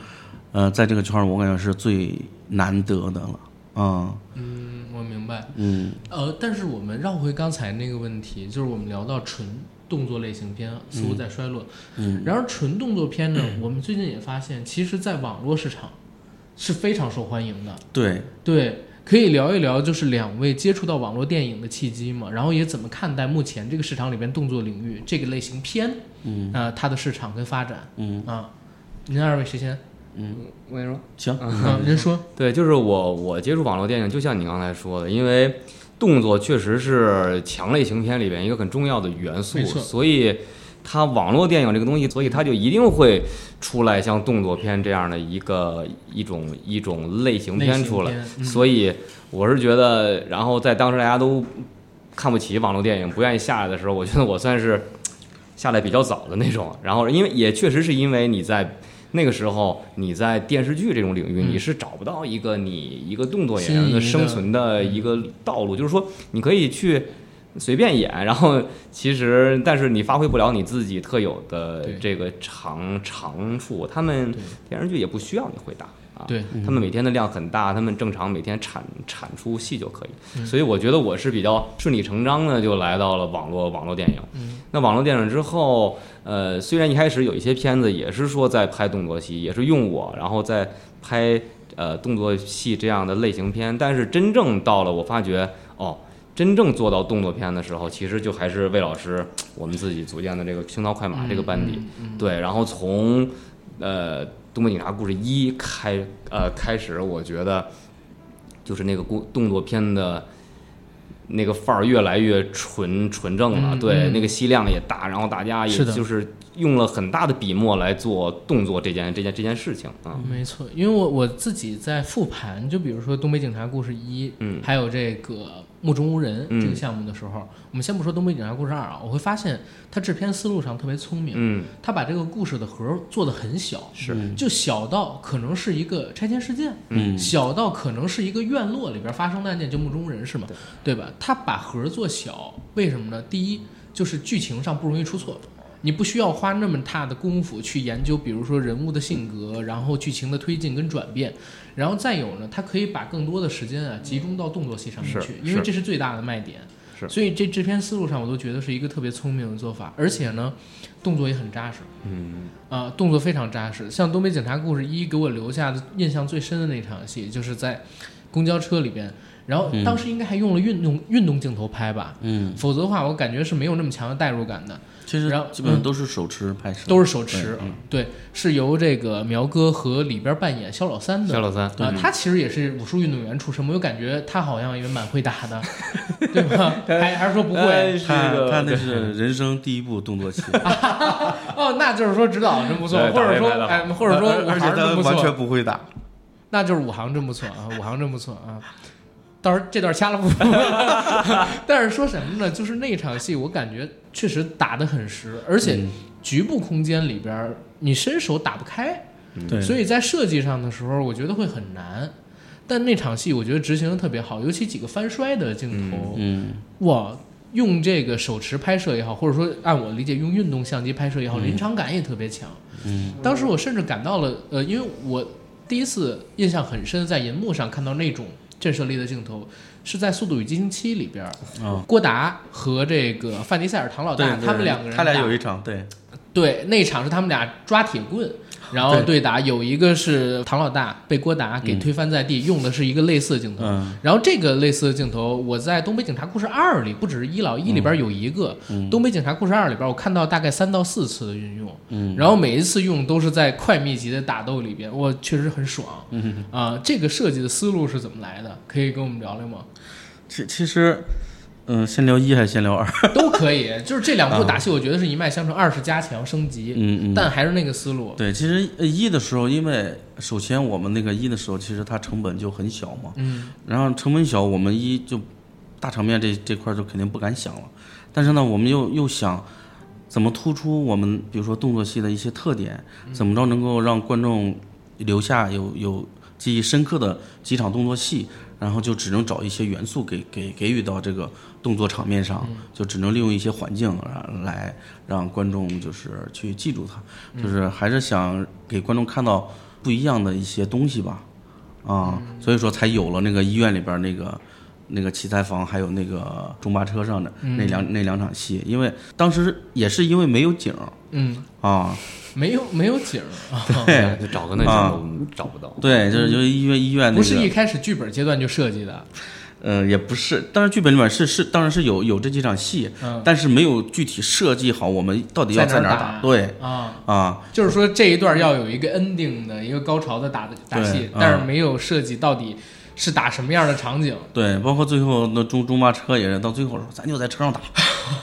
Speaker 3: 呃，在这个圈儿我感觉是最难得的了。啊，
Speaker 1: 嗯，我明白。
Speaker 3: 嗯
Speaker 1: 呃，但是我们绕回刚才那个问题，就是我们聊到纯动作类型片啊似乎在衰落，
Speaker 3: 嗯，
Speaker 1: 然而纯动作片呢，我们最近也发现，其实在网络市场是非常受欢迎的。
Speaker 3: 对，
Speaker 1: 对，可以聊一聊，就是两位接触到网络电影的契机嘛，然后也怎么看待目前这个市场里边动作领域这个类型片，
Speaker 3: 嗯
Speaker 1: 啊、它的市场跟发展
Speaker 3: 嗯
Speaker 1: 啊。您二位谁 先？
Speaker 2: 我跟你说。
Speaker 3: 行，
Speaker 1: 啊，您说。
Speaker 2: 对，就是我我接触网络电影，就像你刚才说的，因为动作确实是强类型片里边一个很重要的元素
Speaker 1: 没，错
Speaker 2: 所以它网络电影这个东西，所以它就一定会出来像动作片这样的一个一种一种类型
Speaker 1: 类
Speaker 2: 片
Speaker 1: 型
Speaker 2: 出来。
Speaker 1: 片嗯
Speaker 2: 所以我是觉得，然后在当时大家都看不起网络电影，不愿意下来的时候，我觉得我算是下来比较早的那种。 然后，因为也确实是因为你在那个时候，你在电视剧这种领域，
Speaker 1: 嗯
Speaker 2: 你是找不到一个你一个动作演员的
Speaker 1: 心仪的嗯
Speaker 2: 生存的一个道路，就是说你可以去。随便演，然后其实，但是你发挥不了你自己特有的
Speaker 1: 对
Speaker 2: 这个长长处，他们
Speaker 1: 对
Speaker 2: 电视剧也不需要你回答啊。
Speaker 1: 对，
Speaker 2: 他们每天的量很大，他们正常每天产产出戏就可
Speaker 1: 嗯
Speaker 2: 以。所以我觉得我是比较顺理成章的就来到了网络网络电影。那网络电影之后，呃，虽然一开始有一些片子也是说在拍动作戏，也是用我，然后再拍呃动作戏这样的类型片，但是真正到了我发觉哦。真正做到动作片的时候，其实就还是魏老师我们自己组建的这个青刀快马这个班
Speaker 1: 嗯
Speaker 2: 底，对，然后从呃《东北警察故事一》开呃开始，我觉得就是那个故动作片的那个范儿越来越纯纯正了，
Speaker 1: 嗯
Speaker 2: 对，
Speaker 1: 嗯
Speaker 2: 那个吸量也大，然后大家也
Speaker 1: 是的
Speaker 2: 就是用了很大的笔墨来做动作这件这件这件事情啊，
Speaker 1: 没错，因为我我自己在复盘，就比如说《东北警察故事一》，
Speaker 2: 嗯
Speaker 1: 还有这个《目中无人》
Speaker 2: 嗯
Speaker 1: 这个项目的时候，我们先不说《东北警察故事二》啊，我会发现他制片思路上特别聪明，
Speaker 2: 嗯，
Speaker 1: 他把这个故事的核儿做得很小，
Speaker 2: 是
Speaker 1: 就小到可能是一个拆迁事件，
Speaker 3: 嗯
Speaker 1: 小到可能是一个院落里边发生的案件，就目中无人是吗？对吧？他把盒儿做小，为什么呢？第一就是剧情上不容易出错。你不需要花那么大的功夫去研究，比如说人物的性格，然后剧情的推进跟转变，然后再有呢，他可以把更多的时间啊集中到动作戏上面
Speaker 2: 是
Speaker 1: 去，因为
Speaker 2: 是
Speaker 1: 这是最大的卖点。
Speaker 2: 是
Speaker 1: 所以这制片思路上我都觉得是一个特别聪明的做法，而且呢，动作也很扎实。
Speaker 2: 嗯
Speaker 1: 啊、动作非常扎实。像《东北警察故事一》给我留下的印象最深的那场戏，就是在公交车里边，然后
Speaker 2: 嗯
Speaker 1: 当时应该还用了运动、运动镜头拍吧，
Speaker 3: 嗯，
Speaker 1: 否则的话我感觉是没有那么强的代入感的，
Speaker 2: 嗯
Speaker 3: 其实
Speaker 1: 然后嗯
Speaker 3: 基本上都是手持拍摄，
Speaker 1: 都
Speaker 3: 是
Speaker 1: 是手持。对，是由这个苗哥和里边扮演肖老三的
Speaker 2: 肖老三
Speaker 1: 啊、他其实也是武术运动员出身，我就感觉他好像也蛮会打 的，对吧？还还是说不
Speaker 2: 哎
Speaker 1: 会？
Speaker 3: 他 他那是人生第一部动 作戏，
Speaker 1: 哦，那就是说指导真不错，
Speaker 2: 对
Speaker 1: 或者说
Speaker 2: 打得
Speaker 1: 哎，或者
Speaker 2: 呃
Speaker 1: 说武
Speaker 3: 而且
Speaker 1: 行
Speaker 3: 他
Speaker 1: 真不错
Speaker 3: 完，全不会打，
Speaker 1: 那就是武行真不错啊，武行真不错啊。到时候这段掐了不补。但是说 什么呢？就是那场戏，我感觉确实打得很实，而且
Speaker 3: 嗯
Speaker 1: 局部空间里边儿你伸手打不开，
Speaker 3: 对，
Speaker 1: 所以在设计上的时候，我觉得会很难。但那场戏我觉得执行的特别好，尤其几个翻摔的镜头，
Speaker 3: 嗯，
Speaker 1: 哇，用这个手持拍摄也好，或者说按我理解用运动相机拍摄也好，临场感也特别强。
Speaker 3: 嗯，
Speaker 1: 当时我甚至感到了，呃，因为我第一次印象很深，在银幕上看到那种震慑力的镜头，是在《速度与激情七》里边儿，
Speaker 3: 哦
Speaker 1: 郭达和这个范迪塞尔唐老
Speaker 3: 对
Speaker 1: 大，
Speaker 3: 对
Speaker 1: 哦他们两个人
Speaker 3: 他俩
Speaker 1: 打
Speaker 3: 有一场对，
Speaker 1: 对，那场是他们俩抓铁棍，
Speaker 3: 啊
Speaker 1: 然后对打，有一个是唐老大被郭达给推翻在地，用的是一个类似的镜头。
Speaker 3: 嗯
Speaker 1: 然后这个类似的镜头，我在《东北警察故事二》里，不只是一老一
Speaker 3: 嗯
Speaker 1: 里边有一个，东北警察故事二》里边我看到大概三到四次的运用，
Speaker 3: 嗯
Speaker 1: 然后每一次用都是在快密集的打斗里边，我确实很爽。嗯啊、这个设计的思路是怎么来的？可以跟我们聊 聊吗？
Speaker 3: 其其实，嗯，先聊一还是先聊二？
Speaker 1: 都可以，就是这两部打戏，我觉得是一脉相承，二是加强升级，
Speaker 3: 啊嗯嗯，
Speaker 1: 但还是那个思路。
Speaker 3: 对，其实呃一的时候，因为首先我们那个一的时候，其实它成本就很小嘛，
Speaker 1: 嗯，
Speaker 3: 然后成本小，我们一就大场面这这块儿就肯定不敢想了。但是呢，我们又又想怎么突出我们，比如说动作戏的一些特点，怎么着能够让观众留下有有记忆深刻的几场动作戏，然后就只能找一些元素给给给予到这个动作场面上，就只能利用一些环境啊来让观众就是去记住它，就是还是想给观众看到不一样的一些东西吧。啊，
Speaker 1: 嗯
Speaker 3: 所以说才有了那个医院里边那个那个器材房，还有那个中巴车上的
Speaker 1: 嗯
Speaker 3: 那两、那两场戏，因为当时也是因为没有景儿
Speaker 1: 嗯，
Speaker 3: 啊，
Speaker 1: 没有没有景儿啊，
Speaker 3: 对
Speaker 2: 就找个那
Speaker 3: 啊
Speaker 2: 角度找不到，
Speaker 3: 对，就是就是医院医院那
Speaker 1: 嗯不是一
Speaker 3: 个，
Speaker 1: 开始剧本阶段就设计的。
Speaker 3: 呃，也不是，当然剧本里面是是当然是有有这几场戏，
Speaker 1: 嗯
Speaker 3: 但是没有具体设计好我们到底要
Speaker 1: 在
Speaker 3: 在
Speaker 1: 哪
Speaker 3: 哪
Speaker 1: 儿
Speaker 3: 儿
Speaker 1: 打
Speaker 3: 对
Speaker 1: 啊，
Speaker 3: 啊，
Speaker 1: 就是说这一段要有一个 ending 的一个高潮的打打戏
Speaker 3: 对，
Speaker 1: 但是
Speaker 3: 嗯
Speaker 1: 没有设计到底是打什么样的场景。
Speaker 3: 对，包括最后那中中巴车也是到最后说咱就在车 上打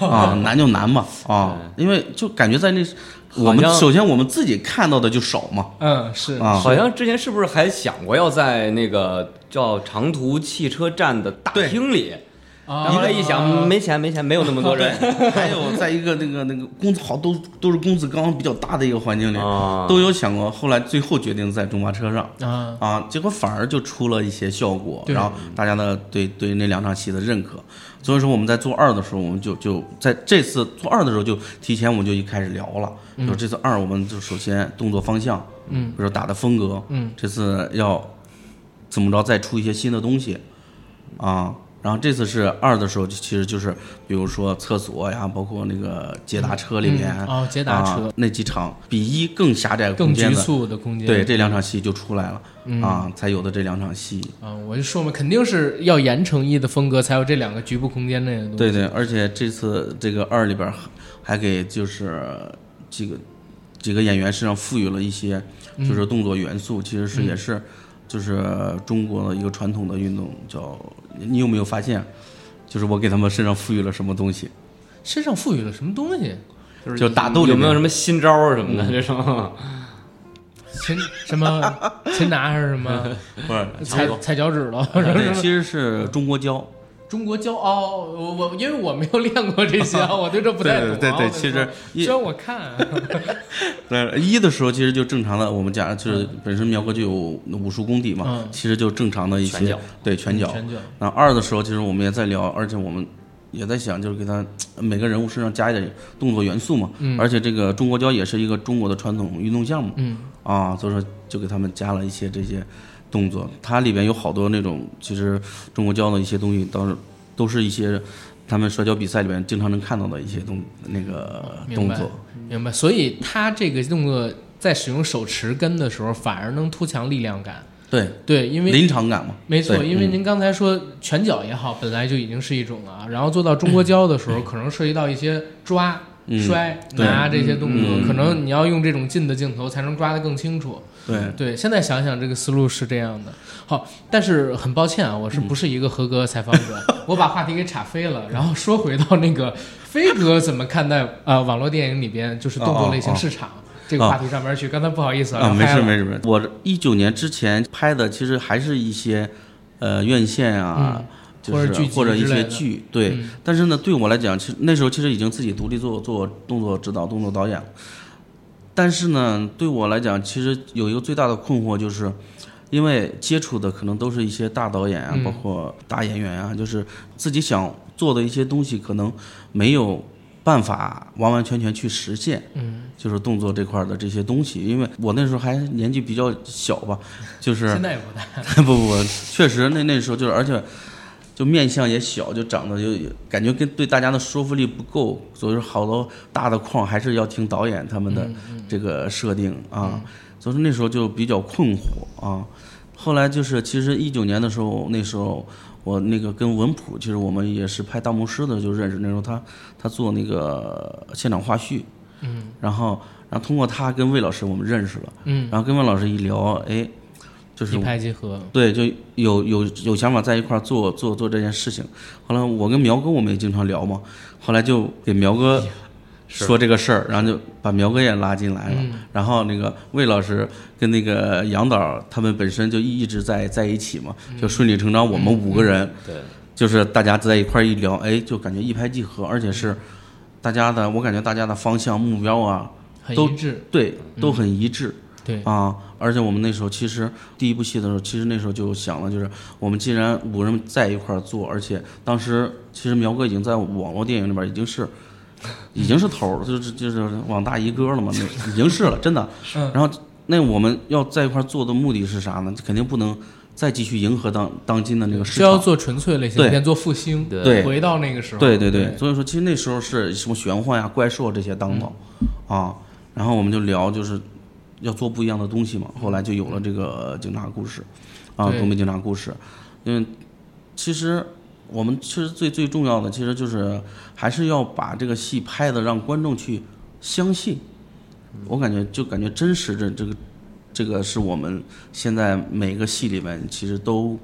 Speaker 3: 啊，难就难嘛啊，因为就感觉在那我们
Speaker 2: 好像
Speaker 3: 首先我们自己看到的就少嘛。
Speaker 1: 嗯，是
Speaker 3: 啊，
Speaker 2: 好像之前是不是还想过要在那个叫长途汽车站的大
Speaker 3: 对
Speaker 2: 厅里？
Speaker 1: 啊
Speaker 2: 然后来哎一想，没钱没钱，没有那么多人
Speaker 3: 还有在一个那个那个工资好都都是工资刚比较大的一个环境里，
Speaker 2: 啊
Speaker 3: 都有想过，后来最后决定在中巴车上
Speaker 1: 啊，
Speaker 3: 啊，结果反而就出了一些效果，
Speaker 1: 对
Speaker 3: 然后大家的对对那两场戏的认可，所以说我们在做二的时候，我们就就在这次做二的时候就提前我们就一开始聊了，就这次二我们就首先动作方向，
Speaker 1: 嗯，
Speaker 3: 比如说打的风格，
Speaker 1: 嗯，
Speaker 3: 这次要怎么着再出一些新的东西，啊，然后这次是二的时候，就其实就是比如说厕所呀，包括那个捷达车里面，
Speaker 1: 嗯哦捷达车
Speaker 3: 啊那几场比一更狭窄
Speaker 1: 更
Speaker 3: 空间
Speaker 1: 局
Speaker 3: 的，
Speaker 1: 促的空间。
Speaker 3: 对这两场戏就出来了、啊，才有的这两场戏。
Speaker 1: 啊，我就说嘛，肯定是要严惩一的风格，才有这两个局部空间内的东西。
Speaker 3: 对对，而且这次这个二里边还还给就是几个几个演员身上赋予了一些就是动作元素，其实是也是就是中国的一个传统的运动，叫你有没有发现？就是我给他们身上赋予了什么东西。
Speaker 1: 身上赋予了什么东西？
Speaker 2: 就是
Speaker 3: 就打斗里
Speaker 2: 有没有
Speaker 3: 面嗯
Speaker 2: 什么新招儿什么的这种？
Speaker 1: 擒什么擒拿还是什么？
Speaker 3: 不是，
Speaker 1: 踩踩脚趾 头？是吧
Speaker 3: 对，其实是中国胶。
Speaker 1: 中国骄傲，我我因为我没有练过这 些啊，我对这不太懂啊。
Speaker 3: 对对对对
Speaker 1: 我就
Speaker 3: 其实
Speaker 1: 虽然我看，啊
Speaker 3: 对，一的时候其实就正常的，我们家就是本身苗哥就有武术功底嘛，
Speaker 1: 嗯
Speaker 3: 其实就正常的一些
Speaker 2: 拳脚
Speaker 3: 对拳脚。
Speaker 1: 拳脚
Speaker 3: 那二的时候，其实我们也在聊，而且我们也在想，就是给他呃每个人物身上加一点动作元素嘛。
Speaker 1: 嗯
Speaker 3: 而且这个中国跤也是一个中国的传统运动项目
Speaker 1: 嗯
Speaker 3: 啊，所以说就给他们加了一些这些动作。它里边有好多那种，其实中国跤的一些东西，倒是都是一些他们摔跤比赛里边经常能看到的一些动那个
Speaker 1: 嗯明
Speaker 3: 动
Speaker 1: 白
Speaker 3: 作。
Speaker 1: 明白。所以他这个动作在使用手持跟的时候，反而能突强力量感。
Speaker 3: 对，
Speaker 1: 对，因为
Speaker 3: 临场感嘛。
Speaker 1: 没错，
Speaker 3: 对
Speaker 1: 因为
Speaker 3: 嗯
Speaker 1: 您刚才说拳脚也好，本来就已经是一种了啊，然后做到中国跤的时候，可能涉及到一些抓、
Speaker 3: 嗯
Speaker 1: 摔、
Speaker 3: 对
Speaker 1: 拿这些动作，
Speaker 3: 嗯
Speaker 1: 可能你要用这种近的镜头才能抓得更清楚。
Speaker 3: 对，
Speaker 1: 对，现在想想这个思路是这样的。好，但是很抱歉啊，我
Speaker 3: 嗯
Speaker 1: 是不是一个合格的采访者？我把话题给岔飞了。然后说回到那个飞哥怎么看待呃网络电影里边就是动作类型市场这个话题上面去？刚才不好意思
Speaker 3: 哦啊，
Speaker 1: 聊
Speaker 3: 没
Speaker 1: 嗨
Speaker 3: 事
Speaker 1: 了
Speaker 3: 没事没事。我一九年之前拍的，其实还是一些，呃，院线啊，
Speaker 1: 嗯
Speaker 3: 就
Speaker 1: 或
Speaker 3: 是
Speaker 1: 者剧集
Speaker 3: 或者一
Speaker 1: 之类
Speaker 3: 些
Speaker 1: 的
Speaker 3: 剧，对。
Speaker 1: 嗯
Speaker 3: 但是呢，对我来讲，其实那时候其实已经自己独立做做动作指导、动作导演了。但是呢，对我来讲，其实有一个最大的困惑就是，因为接触的可能都是一些大导演啊，
Speaker 1: 嗯
Speaker 3: 包括大演员啊，就是自己想做的一些东西，可能没有办法完完全全去实现。
Speaker 1: 嗯，
Speaker 3: 就是动作这块儿的这些东西，因为我那时候还年纪比较小吧，就是
Speaker 1: 现在也不大。
Speaker 3: 不不不，确实那那时候就是，而且就面相也小，就长得就感觉跟对大家的说服力不够，所以说好多大的框还是要听导演他们
Speaker 1: 嗯
Speaker 3: 的这个设定啊，所以说那时候就比较困惑啊。后来就是，其实一九年的时候，那时候我那个跟文普，其实我们也是拍《大牧师》的就认识，那时候他他做那个现场话絮，嗯，然后然后通过他跟魏老师我们认识了，
Speaker 1: 嗯，
Speaker 3: 然后跟魏老师一聊，哎，就是
Speaker 1: 一拍即合。
Speaker 3: 对，就有有有想法在一块儿做做做这件事情。后来我跟苗哥我们也经常聊嘛，后来就给苗哥说这个事儿，然后就把苗哥也拉进来了。然后那个魏老师跟那个杨导他们本身就一直在在一起嘛，就顺理成章，我们五个人、
Speaker 2: 对，
Speaker 3: 就是大家在一块儿一聊，哎，就感觉一拍即合，而且是大家的，我感觉大家的方向目标啊，
Speaker 1: 很
Speaker 3: 都
Speaker 1: 一致，
Speaker 3: 对，都很一致。
Speaker 1: 对，
Speaker 3: 啊，而且我们那时候其实第一部戏的时候，其实那时候就想了，就是我们既然五人在一块儿做，而且当时其实苗哥已经在网络电影里边已 经是。已经是头儿，就是就是网大一哥了嘛， 那已经是了，真的。
Speaker 1: 嗯
Speaker 3: 然后那我们要在一块儿做的目的是啥呢？肯定不能再继续迎合当当今的那个市
Speaker 1: 就要
Speaker 3: 场。
Speaker 1: 做纯粹类型片，做复兴，
Speaker 2: 对
Speaker 3: 对
Speaker 1: 回到那个时候，
Speaker 3: 对对对，，所以说其实那时候是什么玄幻呀、怪兽这些当道、
Speaker 1: 嗯
Speaker 3: 啊，然后我们就聊就是要做不一样的东西嘛，后来就有了这个警察故事啊，
Speaker 1: 对
Speaker 3: 东北警察故事，因为其实我们其实最最重要的其实就是还是要把这个戏拍的让观众去相信，
Speaker 1: 嗯
Speaker 3: 我感觉就感觉真实的这个这个是我们现在每个戏里面其实都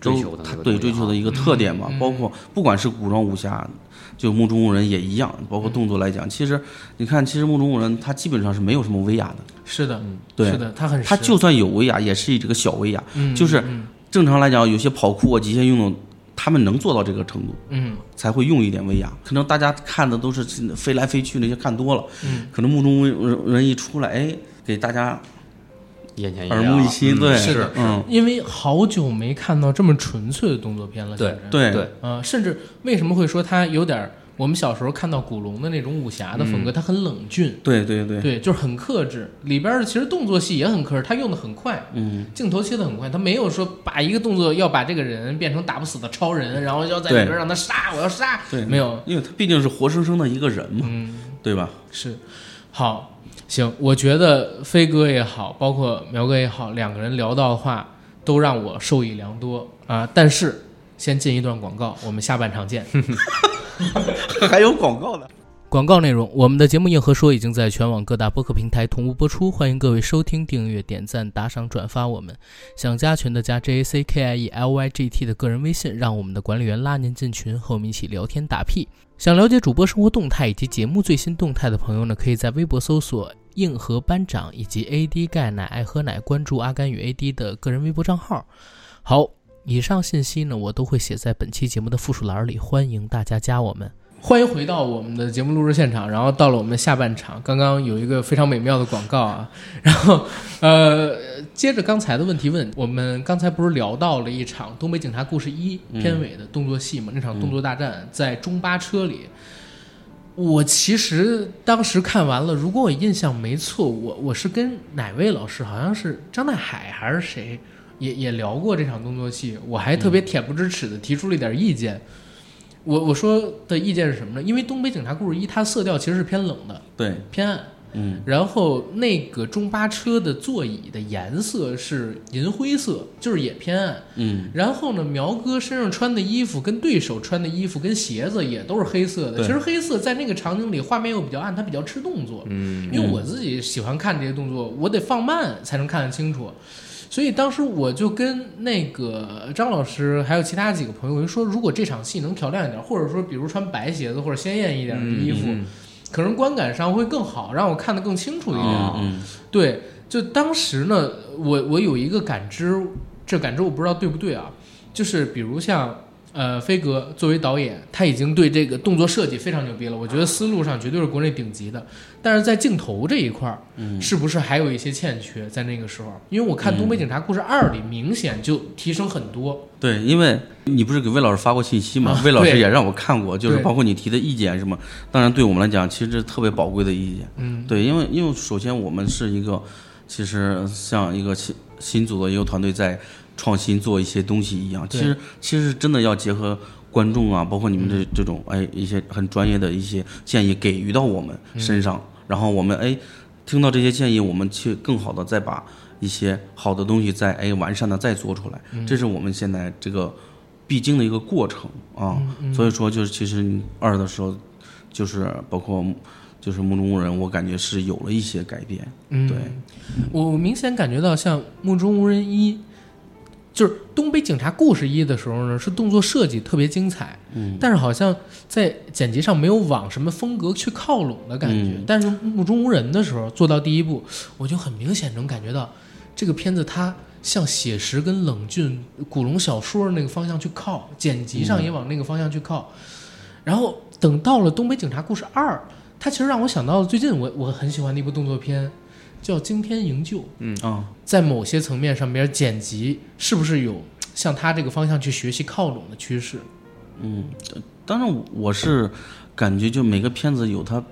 Speaker 3: 都
Speaker 2: 追求的那
Speaker 3: 它
Speaker 2: 个
Speaker 3: 对
Speaker 2: 东西啊
Speaker 3: 追求的一个特点嘛，
Speaker 1: 嗯
Speaker 3: 包括不管是古装武侠，就目中无人也一样，包
Speaker 1: 嗯
Speaker 3: 括动作来讲，其实你看，其实目中无人他基本上是没有什么威亚的，
Speaker 1: 是的，
Speaker 3: 嗯对
Speaker 1: 是的，他很实，
Speaker 3: 他就算有威亚，也是这个小威亚，
Speaker 1: 嗯
Speaker 3: 就是正常来讲，有些跑酷啊、极限运动，他们能做到这个程度，
Speaker 1: 嗯，
Speaker 3: 才会用一点威亚。可能大家看的都是飞来飞去那些看多了，
Speaker 1: 嗯
Speaker 3: 可能目中无人一出来，哎，给大家
Speaker 2: 眼前
Speaker 3: 耳目一新，
Speaker 2: 嗯
Speaker 3: 对，
Speaker 1: 哎是的
Speaker 3: 嗯，
Speaker 1: 因为好久没看到这么纯粹的动作片了，
Speaker 2: 对
Speaker 1: 其实，
Speaker 3: 对
Speaker 2: 对
Speaker 1: 呃，甚至为什么会说他有点儿我们小时候看到古龙的那种武侠的风格，他很冷峻，
Speaker 3: 对对嗯对，
Speaker 1: 对，就是很克制，里边儿的其实动作戏也很克制，他用的很快，
Speaker 3: 嗯，
Speaker 1: 镜头切的很快，他没有说把一个动作要把这个人变成打不死的超人，然后要在里
Speaker 3: 对
Speaker 1: 边让他杀，我要杀，
Speaker 3: 对，
Speaker 1: 没有，
Speaker 3: 因为他毕竟是活生生的一个人嘛，
Speaker 1: 嗯，
Speaker 3: 对吧？
Speaker 1: 是，好，行，我觉得飞哥也好，包括苗哥也好，两个人聊到的话，都让我受益良多啊、但是先进一段广告，我们下半场见。
Speaker 3: 还有广告呢。
Speaker 1: 广告内容：我们的节目《硬核说》已经在全网各大播客平台同步播出，欢迎各位收听、订阅、点赞、打赏、转发。我们想加群的加 J A C K I E L Y G T 的个人微信，让我们的管理员拉您进群，和我们一起聊天打屁。想了解主播生活动态以及节目最新动态的朋友呢，可以在微博搜索“硬核班长”以及 “AD 钙奶爱喝奶”，关注阿甘与 AD 的个人微博账号。好，以上信息呢，我都会写在本期节目的附述栏里，欢迎大家加我们。欢迎回到我们的节目录制现场，然后到了我们的下半场，刚刚有一个非常美妙的广告啊，然后呃，接着刚才的问题问，我们刚才不是聊到了一场《东北警察故事一》片尾的动作戏嘛？那场动作大战在中巴车里，我其实当时看完了，如果我印象没错，我我是跟哪位老师，好像是张大海还是谁，也也聊过这场动作戏，我还特别恬不知耻的提出了一点意见。我我说的意见是什么呢？因为《东北警察故事一》它色调其实是偏冷的，
Speaker 3: 对，
Speaker 1: 偏暗，
Speaker 3: 嗯，
Speaker 1: 然后那个中巴车的座椅的颜色是银灰色，就是也偏暗。
Speaker 3: 嗯，
Speaker 1: 然后呢，苗哥身上穿的衣服跟对手穿的衣服跟鞋子也都是黑色的。
Speaker 3: 对
Speaker 1: 其实黑色在那个场景里画面又比较暗，它比较吃动作。
Speaker 2: 嗯，
Speaker 1: 因为我自己喜欢看这些动作，我得放慢才能看得清楚。所以当时我就跟那个张老师还有其他几个朋友我就说，如果这场戏能调亮一点，或者说比如穿白鞋子或者鲜艳一点的衣服，
Speaker 2: 嗯
Speaker 1: 可能观感上会更好，让我看得更清楚一点。
Speaker 2: 哦
Speaker 3: 嗯，
Speaker 1: 对，就当时呢，我我有一个感知，这感知我不知道对不对啊，就是比如像呃飞哥作为导演，他已经对这个动作设计非常牛逼了，我觉得思路上绝对是国内顶级的，但是在镜头这一块儿，是不是还有一些欠缺？在那个时候，因为我看《东北警察故事二》里明显就提升很多，
Speaker 3: 对，因为你不是给魏老师发过信息吗？
Speaker 1: 啊
Speaker 3: 魏老师
Speaker 1: 对
Speaker 3: 也让我看过，就是
Speaker 1: 对
Speaker 3: 包括你提的意见什么，当然对我们来讲，其实这是特别宝贵的意见。
Speaker 1: 嗯，
Speaker 3: 对，因为因为首先我们是一个，其实像一个新新组的一个团队在创新做一些东西一样，其实其实真的要结合观众啊，包括你们
Speaker 1: 嗯
Speaker 3: 这这种哎一些很专业的一些建议给予到我们
Speaker 1: 嗯
Speaker 3: 身上，然后我们哎听到这些建议，我们去更好的再把一些好的东西再哎完善的再做出来，
Speaker 1: 嗯
Speaker 3: 这是我们现在这个必经的一个过程啊。
Speaker 1: 嗯
Speaker 3: 所以说就是其实你二的时候，就是包括就是目中无人，我感觉是有了一些改变。
Speaker 1: 嗯
Speaker 3: 对，
Speaker 1: 我明显感觉到像《目中无人一》，就是《东北警察故事一》的时候呢，是动作设计特别精彩，嗯，但是好像在剪辑上没有往什么风格去靠拢的感觉。
Speaker 3: 嗯
Speaker 1: 但是《目中无人》的时候做到第一步，我就很明显能感觉到这个片子它。向写实跟冷峻、古龙小说那个方向去靠，剪辑上也往那个方向去靠。然后等到了《东北警察故事二》，它其实让我想到了最近我我很喜欢的一部动作片，叫《惊天营救》。
Speaker 3: 啊，
Speaker 1: 在某些层面上边，剪辑是不是有向他这个方向去学习靠拢的趋势？
Speaker 3: 当然我是感觉就每个片子有它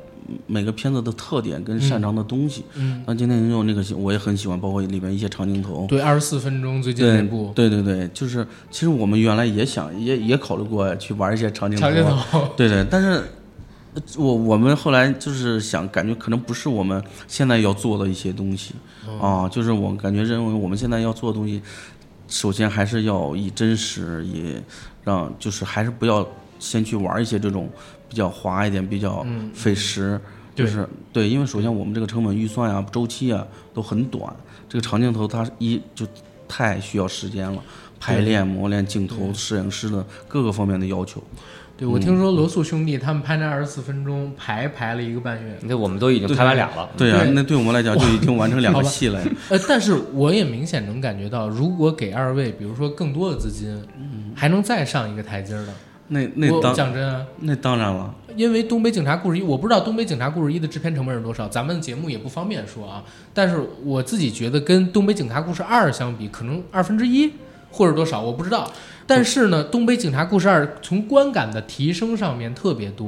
Speaker 3: 每个片子的特点跟擅长的东西。
Speaker 1: 嗯，
Speaker 3: 那今天用那个戏我也很喜欢，包括里面一些长镜头。
Speaker 1: 对，二十四分钟最近那
Speaker 3: 对
Speaker 1: 部
Speaker 3: 对对对，就是其实我们原来也想也也考虑过去玩一些长镜头啊，
Speaker 1: 长镜头，
Speaker 3: 对对，但是呃我我们后来就是想，感觉可能不是我们现在要做的一些东西、
Speaker 1: 嗯
Speaker 3: 啊，就是我感觉认为我们现在要做的东西，首先还是要以真实，以让就是还是不要先去玩一些这种比较滑一点、比较
Speaker 1: 嗯
Speaker 3: 费时。
Speaker 1: 对
Speaker 3: 就是对，因为首先我们这个成本预算啊、周期啊都很短，这个长镜头它一就太需要时间了，排
Speaker 1: 对
Speaker 3: 练、磨练镜头、摄影师的各个方面的要求。
Speaker 1: 对
Speaker 3: 嗯
Speaker 1: 我听说罗素兄弟他们拍那二十四分钟排排了一个半月，
Speaker 2: 你看我们都已经拍完俩了，
Speaker 3: 对呀、啊
Speaker 1: 对
Speaker 3: 那对我们来讲就已经完成两个戏了呀。
Speaker 1: 呃，但是我也明显能感觉到，如果给二位，比如说更多的资金，还能再上一个台阶儿的。
Speaker 3: 那嗯那
Speaker 1: 我
Speaker 3: 当
Speaker 1: 讲真啊，
Speaker 3: 那当然了，
Speaker 1: 因为《东北警察故事一》，我不知道《东北警察故事一》的制片成本是多少，咱们节目也不方便说啊。但是我自己觉得，跟《东北警察故事二》相比，可能二分之一或者多少，我不知道。但是呢，《东北警察故事二》从观感的提升上面特别多，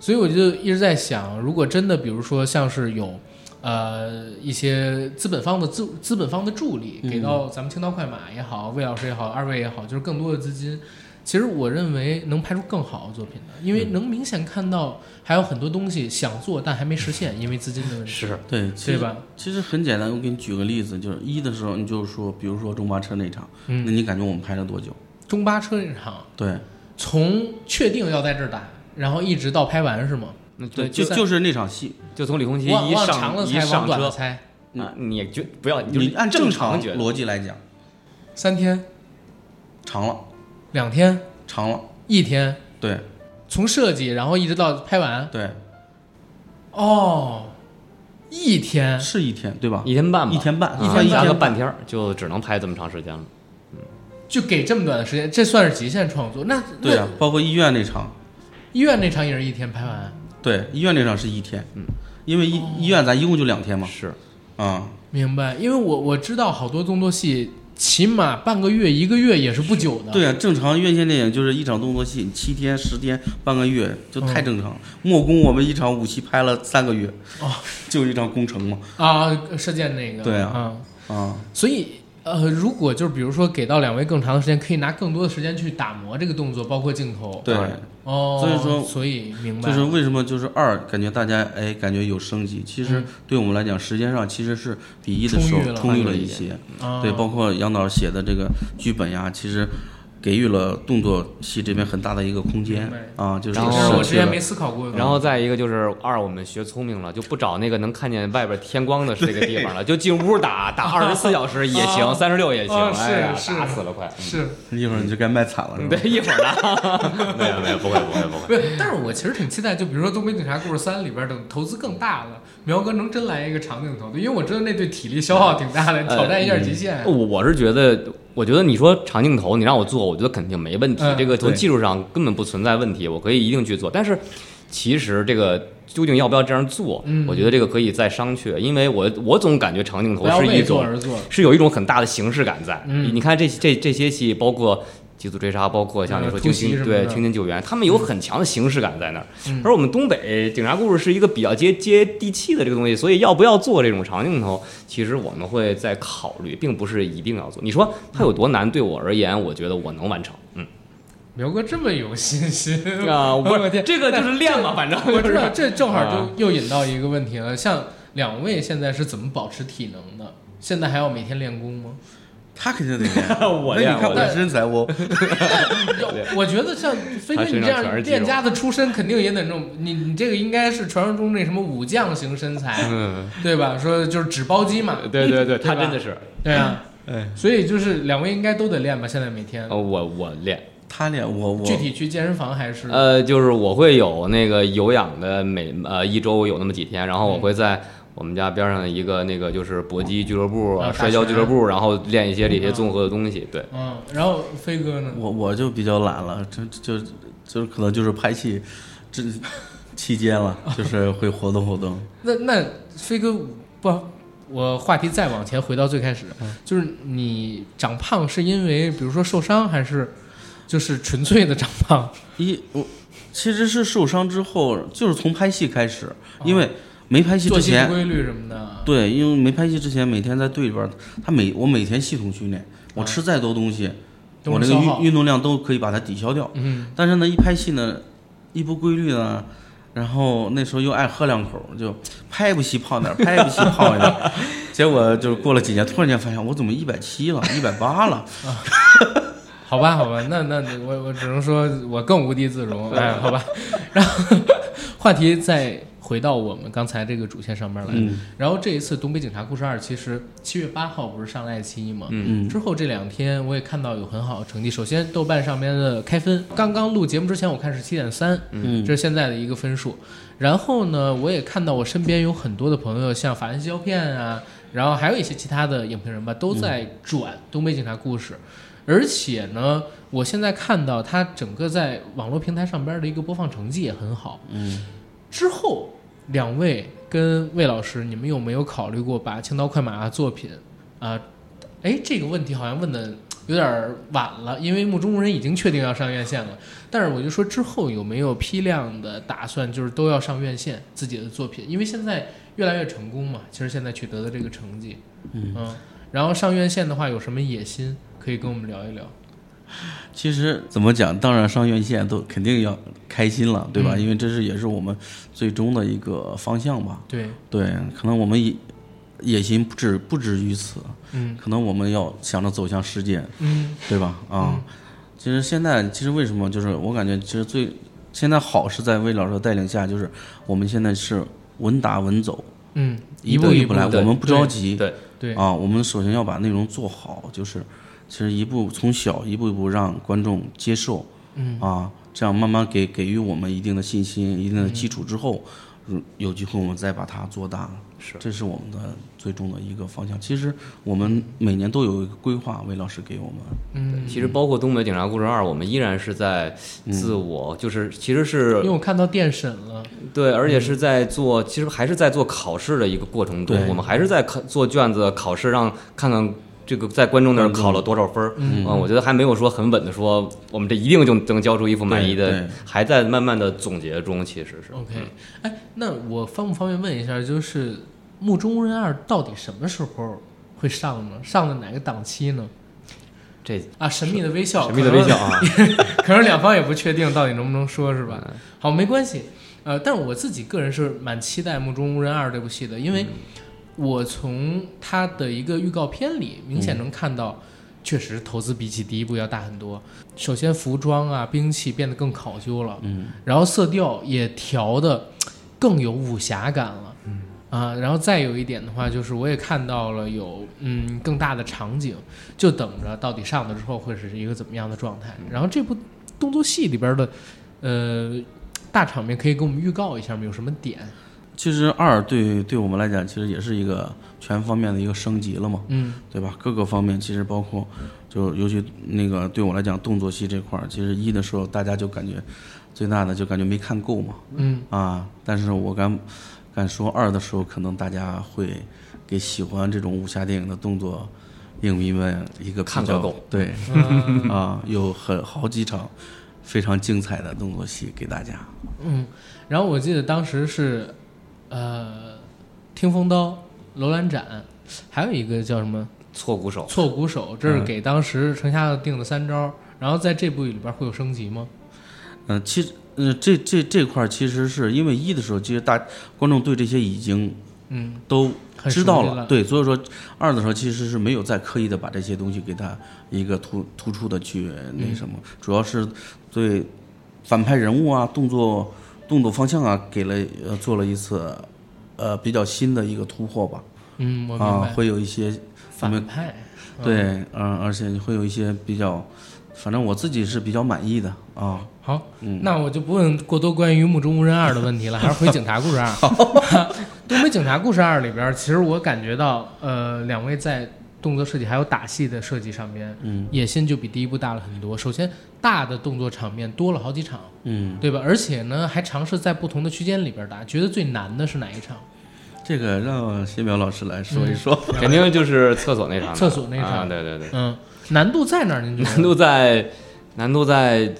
Speaker 1: 所以我就一直在想，如果真的，比如说像是有。呃，一些资本方的资资本方的助力，给到咱们青刀快马也好，魏老师也好，二位也好，就是更多的资金，其实我认为能拍出更好的作品的，因为能明显看到还有很多东西想做但还没实现，因为资金的问题，
Speaker 2: 是
Speaker 3: 对，其
Speaker 1: 对
Speaker 3: 实
Speaker 1: 吧？
Speaker 3: 其实很简单，我给你举个例子，就是一的时候，你就是说，比如说中巴车那场，
Speaker 1: 嗯
Speaker 3: 那你感觉我们拍了多久？
Speaker 1: 中巴车那场
Speaker 3: 对，
Speaker 1: 从确定要在这儿打，然后一直到拍完是吗？
Speaker 2: 那
Speaker 3: 对，
Speaker 2: 对，
Speaker 3: 就
Speaker 1: 就
Speaker 3: 就是那场戏，
Speaker 2: 就从李红旗
Speaker 1: 往
Speaker 2: 一
Speaker 1: 往
Speaker 2: 上
Speaker 1: 长了
Speaker 2: 一
Speaker 1: 猜，往
Speaker 2: 上
Speaker 1: 短了
Speaker 2: 车，
Speaker 1: 猜，
Speaker 2: 啊你就不要，就
Speaker 3: 你按
Speaker 2: 正
Speaker 3: 正常
Speaker 2: 觉得
Speaker 3: 逻辑来讲，
Speaker 1: 三天、
Speaker 3: 长了，
Speaker 1: 两天、
Speaker 3: 长了，
Speaker 1: 一天，
Speaker 3: 对
Speaker 1: 从设计然后一直到拍完，
Speaker 3: 对，
Speaker 1: 哦，一天，
Speaker 3: 是一天对吧？
Speaker 1: 嗯
Speaker 2: 一天半吧，
Speaker 3: 一天半
Speaker 2: 啊
Speaker 3: 一天一
Speaker 2: 加
Speaker 3: 天
Speaker 2: 个
Speaker 3: 半
Speaker 2: 半天儿，就只能拍这么长时间了。
Speaker 1: 就给这么短的时间，这算是极限创作。那
Speaker 3: 对
Speaker 1: 那
Speaker 3: 啊，包括医院那场，
Speaker 1: 医院那场也是一天拍完，
Speaker 3: 对，医院那场是一天，嗯，因为医医院咱一共就两天嘛，
Speaker 2: 是，
Speaker 3: 啊，
Speaker 1: 明白？因为我我知道好多动作戏，起码半个月、一个月也是不久的。
Speaker 3: 对啊，正常院线电影就是一场动作戏，七天、十天、半个月，就
Speaker 1: 嗯
Speaker 3: 太正常了。莫宫我们一场武戏拍了三个月，
Speaker 1: 哦，
Speaker 3: 就一场工程嘛，
Speaker 1: 啊，射箭那个，
Speaker 3: 对啊
Speaker 1: 嗯，
Speaker 3: 啊，
Speaker 1: 所以。呃，如果就是比如说给到两位更长的时间，可以拿更多的时间去打磨这个动作，包括镜头。
Speaker 3: 对，
Speaker 2: 当然
Speaker 1: 哦，
Speaker 3: 所以说
Speaker 1: 所以明白，
Speaker 3: 就是为什么就是二感觉大家哎感觉有升级，其实对我们来讲，时间上其实是比一的
Speaker 1: 嗯
Speaker 3: 时
Speaker 1: 充裕
Speaker 3: 候
Speaker 1: 了
Speaker 3: 充裕
Speaker 2: 了
Speaker 3: 了
Speaker 2: 一
Speaker 3: 一些，
Speaker 1: 啊
Speaker 3: 对，包括杨导写的这个剧本呀，其实给予了动作戏这边很大的一个空间
Speaker 1: 明白
Speaker 3: 啊，就是
Speaker 1: 这个
Speaker 2: 然
Speaker 1: 事儿
Speaker 2: 后
Speaker 1: 我
Speaker 3: 设
Speaker 1: 之
Speaker 3: 计了
Speaker 1: 前没思考过。
Speaker 2: 然后再一个就是二，我们学聪明了，就不找那个能看见外边天光的这个地方了，就进屋打，打二十四小时也行，三十六也行，
Speaker 1: 啊是
Speaker 2: 哎呀，
Speaker 1: 是
Speaker 2: 打死了快。
Speaker 1: 是，
Speaker 3: 一会儿你就该卖惨了，是吧？
Speaker 2: 对，一会儿呢？ 没有没有，不会不会不
Speaker 1: 不是？但是我其实挺期待，就比如说《东北警察故事三》里边等投资更大了，苗哥能真来一个长镜头的，因为我知道那对体力消耗挺大的，挑战一下极限。
Speaker 2: 呃我我是觉得，我觉得你说长镜头，你让我做，我觉得肯定没问题。
Speaker 1: 嗯
Speaker 2: 这个从
Speaker 3: 对
Speaker 2: 技术上根本不存在问题，我可以一定去做。但是，其实这个究竟要不要这样做，
Speaker 1: 嗯
Speaker 2: 我觉得这个可以再商榷。因为我我总感觉长镜头
Speaker 1: 不要
Speaker 2: 是一
Speaker 1: 为做
Speaker 2: 种
Speaker 1: 而做。
Speaker 2: 是有一种很大的形式感在。
Speaker 1: 嗯
Speaker 2: 你看这这这些戏，包括《缉毒追杀》，包括像你说
Speaker 1: 呃
Speaker 2: 清
Speaker 1: 突袭
Speaker 2: 清
Speaker 1: 什么
Speaker 2: 对
Speaker 1: 的
Speaker 2: 清清救援，他们有很强的形式感在那儿。
Speaker 1: 嗯
Speaker 2: 而我们东北警察故事是一个比较接接地气的这个东西，所以要不要做这种长镜头，其实我们会在考虑，并不是一定要做。你说它有多难？对我而言，我觉得我能完成。嗯
Speaker 1: 苗哥这么有信心
Speaker 2: 啊，
Speaker 1: 呃我
Speaker 2: 不
Speaker 1: 的
Speaker 2: 是
Speaker 1: 天，
Speaker 2: 这个就是练嘛，反正
Speaker 1: 我知道这正好
Speaker 2: 啊
Speaker 1: 就又引到一个问题了，像两位现在是怎么保持体能的？现在还要每天练功吗？
Speaker 3: 他肯 定得练
Speaker 2: 我
Speaker 3: 那
Speaker 2: 练
Speaker 3: 你看
Speaker 2: 我
Speaker 3: 我
Speaker 1: 练
Speaker 3: 身材，我
Speaker 1: 要我觉得像飞
Speaker 2: 他
Speaker 1: 哥你
Speaker 2: 身
Speaker 1: 这
Speaker 2: 上全是
Speaker 1: 样
Speaker 2: 肌肉
Speaker 1: 练家子出身，肯定也得那种你你这个应该是传说中那什么武将型身材，
Speaker 2: 嗯，呃
Speaker 1: 对吧？说就是纸包肌嘛，
Speaker 2: 对对对，
Speaker 1: 对
Speaker 2: 他
Speaker 1: 吧
Speaker 2: 真的是，
Speaker 1: 对啊，
Speaker 3: 哎，
Speaker 1: 所以就是两位应该都得练吧？现在每天
Speaker 2: 呃，我我练。
Speaker 3: 他练我我
Speaker 1: 具体去健身房还是
Speaker 2: 呃，就是我会有那个有氧的每呃一周有那么几天，然后我
Speaker 1: 嗯
Speaker 2: 会在我们家边上的一个那个就是搏击俱乐部
Speaker 1: 啊
Speaker 2: 啊、
Speaker 1: 打
Speaker 2: 摔跤
Speaker 1: 拳
Speaker 2: 俱乐部，然后练一些这些
Speaker 1: 嗯
Speaker 2: 综合的东西。对，
Speaker 1: 嗯，然后飞哥呢？
Speaker 3: 我我就比较懒了，这就就就可能就是拍戏这期间 了，就是会活动活动。
Speaker 1: 那那飞哥不，我话题再往前回到最开始，
Speaker 3: 嗯
Speaker 1: 就是你长胖是因为比如说受伤，还是就是纯粹的长胖？
Speaker 3: 一我其实是受伤之后，就是从拍戏开始，因为没拍戏
Speaker 1: 作
Speaker 3: 之
Speaker 1: 息不
Speaker 3: 前，
Speaker 1: 规律什么的？
Speaker 3: 对，因为没拍戏之前，每天在队里边儿，他每我每天系统训练，我吃再多东西，
Speaker 1: 啊都
Speaker 3: 我那
Speaker 1: 是
Speaker 3: 个
Speaker 1: 消耗
Speaker 3: 运运动量都可以把它抵消掉。
Speaker 1: 嗯，
Speaker 3: 但是呢，一拍戏呢，一不规律呢，然后那时候又爱喝两口，就拍不起胖点儿，拍不起胖一 点儿。结果就是过了几年，突然间发现我怎么一百七了，一百八了，
Speaker 1: 好吧，好吧，那那我我只能说，我更无地自容。哎，好吧，然后话题再回到我们刚才这个主线上面来。
Speaker 3: 嗯
Speaker 1: 然后这一次《东北警察故事二》，其实七月八号不是上了爱奇艺嘛？
Speaker 3: 嗯
Speaker 1: 之后这两天我也看到有很好的成绩。首先，豆瓣上面的开分，刚刚录节目之前我看是七点三，
Speaker 3: 嗯
Speaker 1: 这是现在的一个分数。然后呢，我也看到我身边有很多的朋友，像法兰西胶片啊，然后还有一些其他的影评人吧，
Speaker 3: 嗯
Speaker 1: 都在转《东北警察故事》而且呢，我现在看到它整个在网络平台上边的一个播放成绩也很好。
Speaker 3: 嗯，
Speaker 1: 之后两位跟魏老师，你们有没有考虑过把《青刀快马》作品啊？哎、这个问题好像问的有点儿晚了，因为目中无人已经确定要上院线了。但是我就说之后有没有批量的打算，就是都要上院线自己的作品，因为现在越来越成功嘛。其实现在取得的这个成绩，
Speaker 3: 嗯
Speaker 1: 然后上院线的话有什么野心，可以跟我们聊一聊。
Speaker 3: 其实怎么讲，当然上院线都肯定要开心了，对吧？
Speaker 1: 嗯
Speaker 3: 因为这是也是我们最终的一个方向吧。
Speaker 1: 对，
Speaker 3: 对，可能我们野野心不止不止于此，
Speaker 1: 嗯
Speaker 3: 可能我们要想着走向世界，
Speaker 1: 嗯
Speaker 3: 对吧？啊、其实现在其实为什么就是我感觉其实最现在好是在魏老师的带领下，就是我们现在是稳打稳走，
Speaker 1: 嗯，
Speaker 3: 一
Speaker 1: 步
Speaker 3: 一
Speaker 1: 步
Speaker 3: 来，我们不着急，
Speaker 2: 对，
Speaker 1: 对
Speaker 3: 啊，我们首先要把内容做好，就是其实一步从小一步一步让观众接受，嗯啊，这样慢慢给给予我们一定的信心、一定的基础之后，嗯、有机会我们再把它做大，
Speaker 2: 是
Speaker 3: 这是我们的最终的一个方向。其实我们每年都有一个规划，魏老师给我们，
Speaker 1: 嗯，
Speaker 2: 其实包括《东北警察故事二》，我们依然是在自我，就是其实
Speaker 1: 因为
Speaker 2: 是
Speaker 1: 我看到电审了，
Speaker 2: 对，而且是在做，其实还是在做考试的一个过程中，
Speaker 3: 对
Speaker 2: 我们还是在考做卷子、考试，让看看这个在观众那儿考了多少分儿。嗯，我觉得还没有说很稳的说，我们这一定就能交出一副满意
Speaker 3: 对
Speaker 2: 的
Speaker 3: 对，
Speaker 2: 还在慢慢的总结中，其实是嗯
Speaker 1: OK，哎，那我方不方便问一下，就是《目中无人二》到底什么时候会上呢？上的哪个档期呢？
Speaker 2: 这
Speaker 1: 啊，神秘的微笑，
Speaker 2: 神秘的微笑 啊，
Speaker 1: 可能，可能两方也不确定到底能不能说，是吧？好，没关系。呃，但是我自己个人是蛮期待《目中无人二》这部戏的，因为我从它的一个预告片里明显能看到，确实投资比起第一部要大很多。首先，服装啊、兵器变得更考究了，
Speaker 3: 嗯，
Speaker 1: 然后色调也调的更有武侠感了，嗯啊，然后再有一点的话，就是我也看到了有嗯更大的场景，就等着到底上了之后会是一个怎么样的状态。然后这部动作戏里边的呃大场面，可以给我们预告一下吗？有什么点？
Speaker 3: 其实二对对我们来讲，其实也是一个全方面的一个升级了嘛，
Speaker 1: 嗯
Speaker 3: 对吧？各个方面其实包括，就尤其那个对我来讲动作戏这块儿，其实一的时候大家就感觉最大的就感觉没看够嘛，
Speaker 1: 嗯
Speaker 3: 啊，但是我敢敢说二的时候，可能大家会给喜欢这种武侠电影的动作影迷们一个比
Speaker 2: 看个
Speaker 3: 较
Speaker 2: 够，
Speaker 3: 对
Speaker 1: 嗯
Speaker 3: 啊，有很好几场非常精彩的动作戏给大家，
Speaker 1: 嗯。然后我记得当时是呃听风刀、楼兰斩，还有一个叫什么？
Speaker 2: 错鼓手。
Speaker 1: 错鼓手，这是给当时程瞎子定的三招。然后在这部里边会有升级吗？
Speaker 3: 嗯，其实，嗯，这这这块儿其实是因为一的时候，其实大观众对这些已经
Speaker 1: 嗯，
Speaker 3: 都
Speaker 1: 很熟
Speaker 3: 知道
Speaker 1: 悉
Speaker 3: 了，
Speaker 1: 了
Speaker 3: 对，所以说二的时候其实是没有再刻意的把这些东西给它一个突突出的去
Speaker 1: 嗯
Speaker 3: 那什么，主要是对反派人物啊、动作动作方向啊给了呃做了一次呃比较新的一个突破吧，
Speaker 1: 嗯，我明
Speaker 3: 啊
Speaker 1: 白，。
Speaker 3: 会有一些咱们
Speaker 1: 反派，嗯，
Speaker 3: 对，嗯、而且会有一些比较，反正我自己是比较满意的啊。
Speaker 1: 好，
Speaker 2: 嗯
Speaker 1: 那我就不问过多关于《目中无人二》的问 题了，还是回《警察故事二》。《 东北警察故事二》里边，其实我感觉到，呃，两位在动作设计还有打戏的设计上面，嗯，野心就比第一部大了很多。首先，大的动作场面多了好几场，
Speaker 3: 嗯，
Speaker 1: 对吧？而且呢，还尝试在不同的区间里边打。觉得最难的是哪一场？
Speaker 3: 这个让谢淼老师来说一说。
Speaker 2: 肯定就是厕所那场的，
Speaker 1: 厕所那场
Speaker 2: 啊，对对对，
Speaker 1: 嗯，难度在哪儿？您觉得？
Speaker 2: 难度在难度在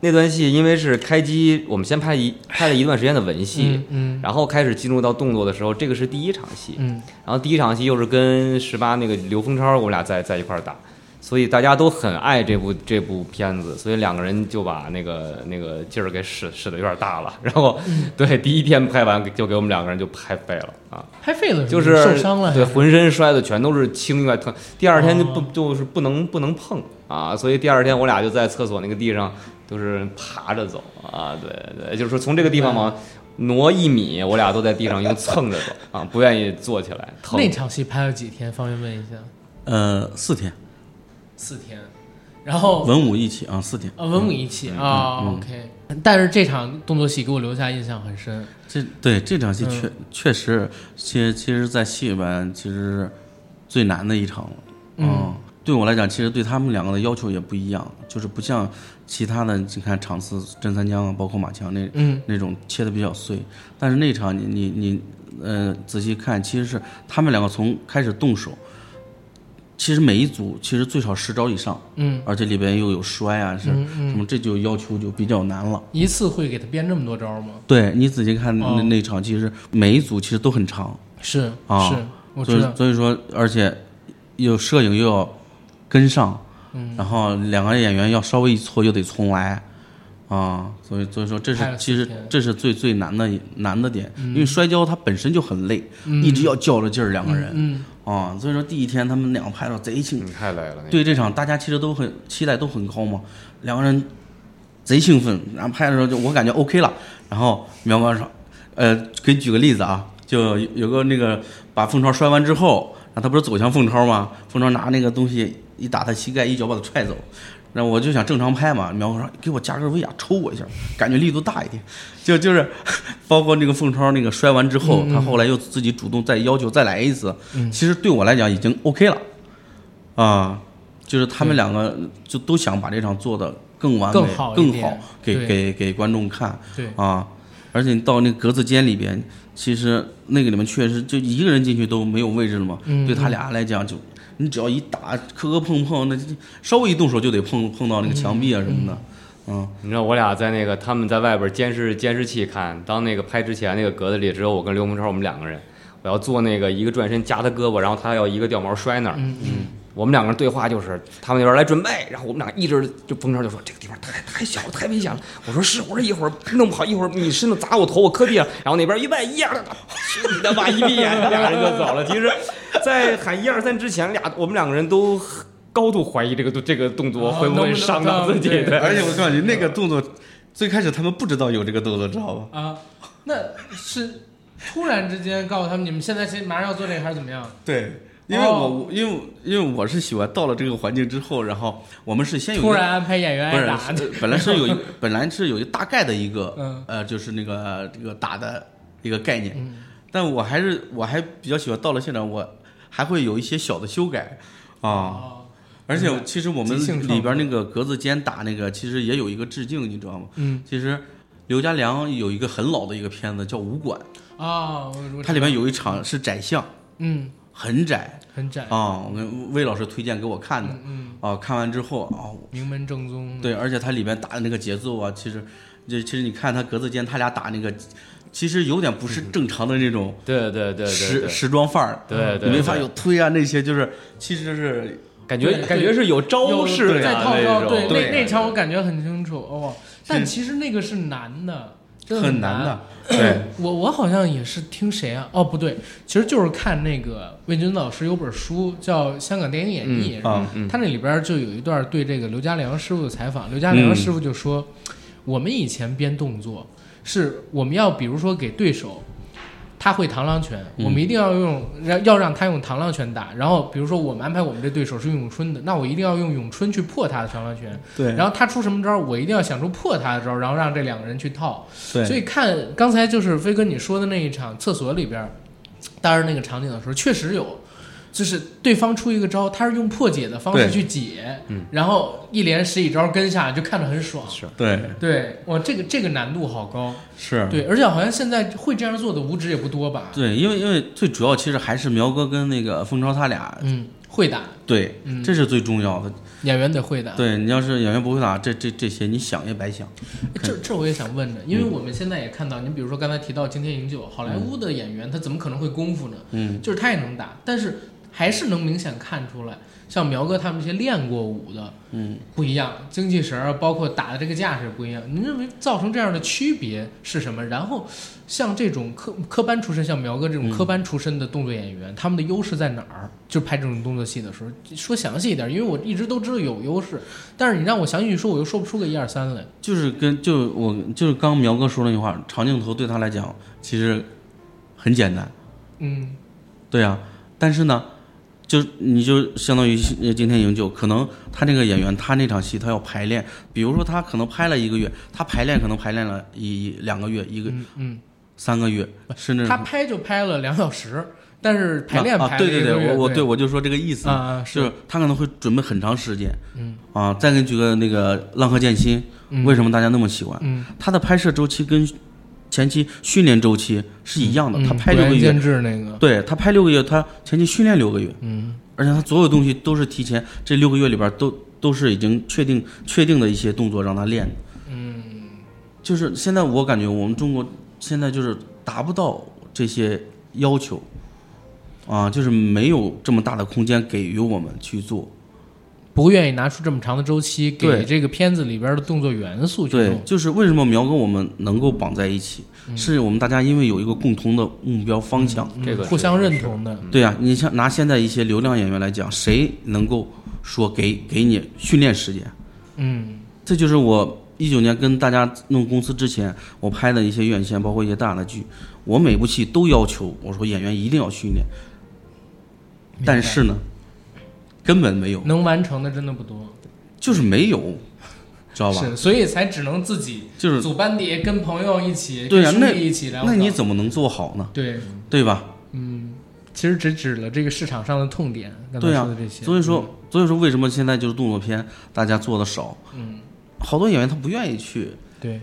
Speaker 2: 那段戏，因为是开机，我们先拍一拍了一段时间的文戏，
Speaker 1: 嗯
Speaker 2: 然后开始进入到动作的时候，这个是第一场戏，
Speaker 1: 嗯
Speaker 2: 然后第一场戏又是跟十八那个刘峰超我们俩在在一块儿打，所以大家都很爱这部这部片子，所以两个人就把那个那个劲儿给使使的有点大了，然后对第一天拍完就给我们两个人就拍废了啊。
Speaker 1: 嗯，拍废了吗，
Speaker 2: 就是
Speaker 1: 受伤了，
Speaker 2: 对，，浑身摔的全都是青一块疼。第二天就不、
Speaker 1: 哦
Speaker 2: 就是不能不能碰啊，所以第二天我俩就在厕所那个地上都是爬着走啊，对对，就是说从这个地方往挪一米，我俩都在地上用蹭着走啊，不愿意坐起来疼嗯
Speaker 1: 那。场戏拍了几天？方便问一下，嗯
Speaker 3: 呃，四天，
Speaker 1: 四天，然后
Speaker 3: 文武一起啊，四天。
Speaker 1: 呃文武一起
Speaker 3: 嗯
Speaker 1: 啊，OK。但是这场动作戏给我留下印象很深，
Speaker 3: 这对这场戏
Speaker 1: 嗯
Speaker 3: 确、确实，其实其实，在戏里边其实最难的一场了。嗯，对我来讲，其实对他们两个的要求也不一样，就是不像其他的，你看场次真三江啊，包括马强那、
Speaker 1: 嗯
Speaker 3: 那种切的比较碎，但是那场你你你呃仔细看，其实是他们两个从开始动手，其实每一组其实最少十招以上，
Speaker 1: 嗯，
Speaker 3: 而且里边又有摔啊，是、
Speaker 1: 嗯
Speaker 3: 什么，这就要求就比较难了。
Speaker 1: 一次会给他编这么多招吗？
Speaker 3: 对你仔细看那、
Speaker 1: 哦
Speaker 3: 那场，其实每一组其实都很长，
Speaker 1: 是
Speaker 3: 啊
Speaker 1: 是，我
Speaker 3: 所
Speaker 1: 知
Speaker 3: 以
Speaker 1: 道，
Speaker 3: 所以说，而且有摄影又要跟上，
Speaker 1: 嗯
Speaker 3: 然后两个演员要稍微一错又得重来，啊，所以所以说这
Speaker 1: 拍了
Speaker 3: 是
Speaker 1: 四
Speaker 3: 其实
Speaker 1: 天嗯
Speaker 3: 这是最最难的难的点，因为摔跤它本身就很累，一直要较着劲儿两个人，
Speaker 1: 嗯，
Speaker 3: 啊，所以说第一天他们两个拍到贼清
Speaker 2: 嗯，太累了，那个
Speaker 3: 对这场大家其实都很期待，都很高嘛。两个人贼兴奋，然后拍的时候就我感觉 OK 了。然后苗哥说，呃，给举个例子啊，就有有个那个把凤超摔完之后，然后他不是走向凤超吗？凤超拿那个东西一打他膝盖，一脚把他踹走。然后我就想正常拍嘛，苗哥说给我加根威亚抽我一下，感觉力度大一点。就就是包括那个凤超那个摔完之后，
Speaker 1: 嗯
Speaker 3: 他后来又自己主动再要求再来一次，其实对我来讲已经 OK 了，啊，就是他们两个就都想把这场做的更完美、
Speaker 1: 更
Speaker 3: 更
Speaker 1: 好一点对
Speaker 3: 给给给观众看
Speaker 1: 对，
Speaker 3: 啊。而且你到那个格子间里边，其实那个里面确实就一个人进去都没有位置了嘛。
Speaker 1: 嗯
Speaker 3: 对他俩来讲，就你只要一打磕磕碰碰，那稍微一动手就得碰碰到那个墙壁啊什么的，嗯，
Speaker 2: 你知道我俩在那个他们在外边监视监视器看，当那个拍之前那个格子里只有我跟刘鹏超我们两个人，我要做那个一个转身夹他胳膊，然后他要一个掉毛摔那儿。嗯我们两个人对话就是他们那边来准备，然后我们俩一直就鹏超就说这个地方太太小了太危险了。我说是，我说一会儿弄不好一会儿你身子砸我头我磕地上，然后那边预备一二三，去你的吧一闭眼，俩人就走了。其实，在喊一二三之前，俩我们两个人都高度怀疑这个这个动作哦会不会伤到自己
Speaker 1: 能不能
Speaker 2: 对
Speaker 1: 对
Speaker 3: 而且我告诉你，那个动作最开始他们不知道有这个动作，知道吧？
Speaker 1: 啊，那是突然之间告诉他们，你们现在先马上要做这个还是怎么样？
Speaker 3: 对，因为我、
Speaker 1: 哦
Speaker 3: 我因为因为我是喜欢到了这个环境之后，然后我们是先有一
Speaker 1: 突
Speaker 3: 个
Speaker 1: 然安排演员
Speaker 3: 不
Speaker 1: 挨
Speaker 3: 是
Speaker 1: 打，
Speaker 3: 是本来是有一 个本来是有一个大概的一个、
Speaker 1: 嗯
Speaker 3: 呃，就是那个这个打的一个概念，但我还是我还比较喜欢到了现场，我还会有一些小的修改啊。
Speaker 1: 哦
Speaker 3: 而且其实我们
Speaker 1: 即兴创作
Speaker 3: 里边那个格子间打那个，其实也有一个致敬，你知道吗？
Speaker 1: 嗯
Speaker 3: 其实刘家良有一个很老的一个片子叫《武馆
Speaker 1: 啊，我》，我
Speaker 3: 它里面有一场是窄巷，
Speaker 1: 嗯
Speaker 3: 很窄
Speaker 1: 很窄，
Speaker 3: 啊。我跟魏老师推荐给我看的
Speaker 1: 嗯嗯，
Speaker 3: 啊，看完之后啊，
Speaker 1: 名门正宗，
Speaker 3: 对，而且它里面打的那个节奏啊，其实，就其实你看他格子间他俩打那个，其实有点不是正常的那种
Speaker 2: 对对对对
Speaker 3: 时
Speaker 2: 对，
Speaker 3: 时装范儿，
Speaker 2: 对对
Speaker 3: 你没
Speaker 2: 对
Speaker 3: 发有推啊那些，就是其实是
Speaker 2: 感
Speaker 1: 对
Speaker 2: 觉
Speaker 1: 对
Speaker 2: 感觉是有招
Speaker 1: 有在
Speaker 2: 式的啊
Speaker 1: 套
Speaker 2: 那
Speaker 1: 招，
Speaker 2: 种
Speaker 1: 对，
Speaker 3: 对
Speaker 1: 那那场我感觉很清楚哦，但其实那个是难的，真的
Speaker 3: 很
Speaker 1: 难
Speaker 3: 难的，对，
Speaker 1: 我我好像也是听谁啊？哦，不对，其实就是看那个魏军老师有本书叫《香港电影演义》，
Speaker 3: 啊，
Speaker 2: 嗯
Speaker 1: 他那里边就有一段对这个刘家良师傅的采访。刘家
Speaker 2: 嗯
Speaker 1: 良师傅就说，我们以前编动作是我们要比如说给对手。他会螳螂拳，
Speaker 2: 嗯
Speaker 1: 我们一定要用，让要让他用螳螂拳打。然后，比如说我们安排我们这对手是咏春的，那我一定要用咏春去破他的螳螂拳。
Speaker 3: 对，
Speaker 1: 然后他出什么招儿，我一定要想出破他的招儿，然后让这两个人去套。所
Speaker 3: 对，
Speaker 1: 以看刚才就是飞哥你说的那一场厕所里边儿，当时那个场景的时候，确实有，就是对方出一个招，他是用破解的方式
Speaker 3: 对
Speaker 1: 去解，
Speaker 2: 嗯
Speaker 1: 然后一连十几招跟下来，就看着很爽。
Speaker 2: 是
Speaker 3: 对，
Speaker 1: 对，哇，这个这个难度好高，
Speaker 3: 是，
Speaker 1: 对，而且好像现在会这样做的武指也不多吧？
Speaker 3: 对，因为因为最主要其实还是苗哥跟那个凤超他俩，
Speaker 1: 嗯，会打
Speaker 3: 对
Speaker 1: 嗯，
Speaker 3: 这是最重要的。
Speaker 1: 演员得会打。
Speaker 3: 对你要是演员不会打，这这这些你想也白想。
Speaker 1: 哎这这我也想问着，因为
Speaker 3: 嗯
Speaker 1: 我们现在也看到，您比如说刚才提到《惊天营救》，好莱坞的演员他怎么可能会功夫呢？
Speaker 3: 嗯，
Speaker 1: 就是他也能打，但是还是能明显看出来，像苗哥他们这些练过武的，
Speaker 3: 嗯，
Speaker 1: 不一样，精气神儿，啊包括打的这个架势也不一样。您认为造成这样的区别是什么？然后像这种科科班出身，像苗哥这
Speaker 3: 嗯
Speaker 1: 种科班出身的动作演员，他们的优势在哪儿？就拍这种动作戏的时候，说详细一点，因为我一直都知道有优势，但是你让我详细说，我又说不出个一二三来。
Speaker 3: 就是跟就我就是刚苗哥说那句话，长镜头对他来讲其实很简单。
Speaker 1: 嗯
Speaker 3: 对啊，但是呢，就你就相当于呃今天营救，可能他那个演员他那场戏他要排练，比如说他可能拍了一个月，他排练可能排练了一两个月，一个、
Speaker 1: 嗯嗯，
Speaker 3: 三个月，甚至
Speaker 1: 他拍就拍了两小时，但是排练
Speaker 3: 嗯啊
Speaker 1: 排了
Speaker 3: 对对
Speaker 1: 一个月
Speaker 3: 对，我我
Speaker 1: 对
Speaker 3: 我就说这个意思，
Speaker 1: 啊啊
Speaker 3: 就是是他可能会准备很长时间，
Speaker 1: 嗯
Speaker 3: 啊，再给你举个那个《浪客剑心》
Speaker 1: 嗯
Speaker 3: 为什么大家那么喜欢？
Speaker 1: 嗯
Speaker 3: 他的拍摄周期跟前期训练周期是一
Speaker 1: 嗯
Speaker 3: 样的，他拍六个月，
Speaker 1: 监制那个
Speaker 3: 对他拍六个月，他前期训练六个月，
Speaker 1: 嗯
Speaker 3: 而且他所有东西都是提前这六个月里边都都是已经确定确定的一些动作让他练的。嗯，就是现在我感觉我们中国现在就是达不到这些要求，啊，就是没有这么大的空间给予我们去做。
Speaker 1: 不愿意拿出这么长的周期给
Speaker 3: 对
Speaker 1: 这个片子里边的动作元素去
Speaker 3: 对
Speaker 1: 弄，，
Speaker 3: 就是为什么苗哥我们能够绑在一起，是我们大家因为有一个共同的目标方向。
Speaker 1: 嗯
Speaker 2: 这个
Speaker 1: 互
Speaker 2: 是
Speaker 1: 相
Speaker 2: 是
Speaker 1: 认
Speaker 2: 是
Speaker 1: 同的。
Speaker 3: 对呀、啊你像拿现在一些流量演员来讲，谁能够说给给你训练时间？
Speaker 1: 嗯
Speaker 3: 这就是我一九年跟大家弄公司之前，我拍的一些院线，包括一些大的剧，我每部戏都要求我说演员一定要训练，
Speaker 1: 明白
Speaker 3: 但是呢，根本没有，
Speaker 1: 能完成的真的不多，
Speaker 3: 就是没有，知道吧？
Speaker 1: 是，所以才只能自己
Speaker 3: 就是
Speaker 1: 组班底，跟朋友一起，
Speaker 3: 对啊
Speaker 1: 跟兄
Speaker 3: 那
Speaker 1: 弟一起聊。
Speaker 3: 那你怎么能做好呢？
Speaker 1: 对，
Speaker 3: 对吧？
Speaker 1: 其实只指了这个市场上的痛点，刚才
Speaker 3: 对啊
Speaker 1: 说的这些。
Speaker 3: 所以说，所以说为什么现在就是动作片大家做的少？
Speaker 1: 嗯，
Speaker 3: 好多演员他不愿意去，
Speaker 1: 对，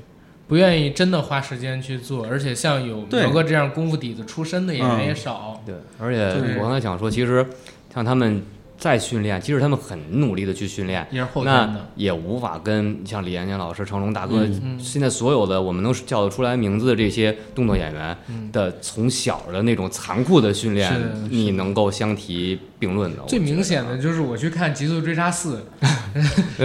Speaker 1: 不愿意真的花时间去做，而且像有
Speaker 3: 对
Speaker 1: 苗哥这样功夫底子出身的演员
Speaker 3: 嗯
Speaker 1: 也少。
Speaker 2: 对，而且
Speaker 3: 对
Speaker 2: 我刚才想说，其实像他们再训练，即使他们很努力的去训练，
Speaker 1: 也是后天
Speaker 2: 那
Speaker 1: 的，
Speaker 2: 也无法跟像李延年老师、成龙大哥，
Speaker 1: 嗯
Speaker 2: 现在所有的我们能叫得出来名字的这些动作演员
Speaker 1: 嗯
Speaker 2: 的从小的那种残酷的训练
Speaker 1: 是的，
Speaker 2: 你能够相提并论的。
Speaker 1: 最
Speaker 2: 我觉得
Speaker 1: 明显的就是我去看《极速追杀四》，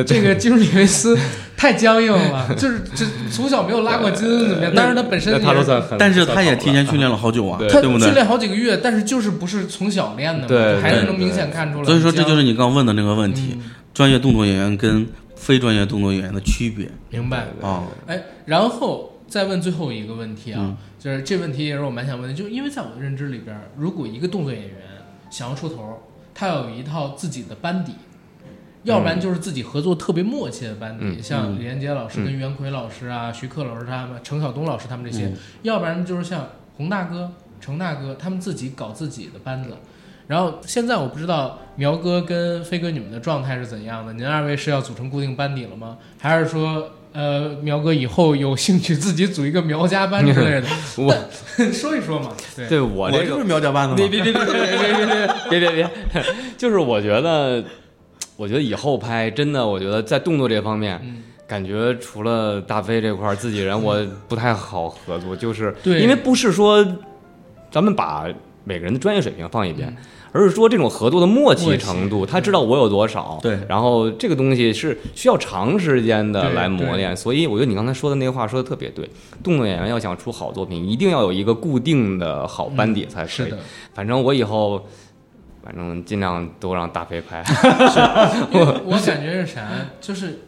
Speaker 1: 这 个基努里维斯太僵硬了，就是这从小没有拉过筋，怎么样？当然他本身
Speaker 2: 那
Speaker 1: 也
Speaker 2: 他都算很，
Speaker 3: 但是
Speaker 2: 算
Speaker 3: 他也
Speaker 2: 好
Speaker 3: 提
Speaker 2: 了
Speaker 3: 前训练了好久啊，
Speaker 2: 对
Speaker 1: 他
Speaker 3: 不
Speaker 1: 训
Speaker 3: 对？
Speaker 1: 练好几个月，但是就是不是从小练的嘛，
Speaker 2: 对
Speaker 1: 就还是
Speaker 3: 对
Speaker 1: 能明显看出来。
Speaker 3: 所以说这
Speaker 1: 僵
Speaker 3: 就是你刚问的那个问题，
Speaker 1: 嗯
Speaker 3: 专业动作演员跟非专业动作演员的区别
Speaker 1: 明白。
Speaker 3: 啊。
Speaker 1: 哎，然后再问最后一个问题啊，
Speaker 2: 嗯
Speaker 1: 就是这问题也是我蛮想问的，就是因为在我的认知里边儿，如果一个动作演员想要出头，他要有一套自己的班底。要不然就是自己合作特别默契的班底，
Speaker 2: 嗯
Speaker 1: 像李连杰老师跟袁奎老师啊、徐克老师他们、程晓东老师他们这
Speaker 2: 嗯
Speaker 1: 些；要不然就是像洪大哥、程大哥他们自己搞自己的班子。然后现在我不知道苗哥跟飞哥你们的状态是怎样的，您二位是要组成固定班底了吗？还是说，呃，苗哥以后有兴趣自己组一个苗家班之类的？
Speaker 2: 我
Speaker 1: 说一说嘛。对，
Speaker 2: 对我这个
Speaker 3: 是苗家班
Speaker 2: 别别别别别 别别别别别，就是我觉得，我觉得以后拍真的，我觉得在动作这方面，
Speaker 1: 嗯
Speaker 2: 感觉除了大飞这块儿自己人，我不太好合作，就是
Speaker 1: 对
Speaker 2: 因为不是说咱们把每个人的专业水平放一边。而是说这种合作的
Speaker 1: 嗯默
Speaker 2: 默契
Speaker 1: 契嗯
Speaker 2: 程度，他知道我有多少，
Speaker 3: 对
Speaker 2: 然后这个东西是需要长时间的
Speaker 1: 对
Speaker 2: 来磨练，所以我觉得你刚才说的那个话说的特别对，动作演员要想出好作品，一定要有一个固定的好班底才可
Speaker 1: 嗯是
Speaker 2: 以。
Speaker 1: 的，
Speaker 2: 反正我以后，反正尽量都让大飞拍。
Speaker 1: 因为我感觉是啥，就是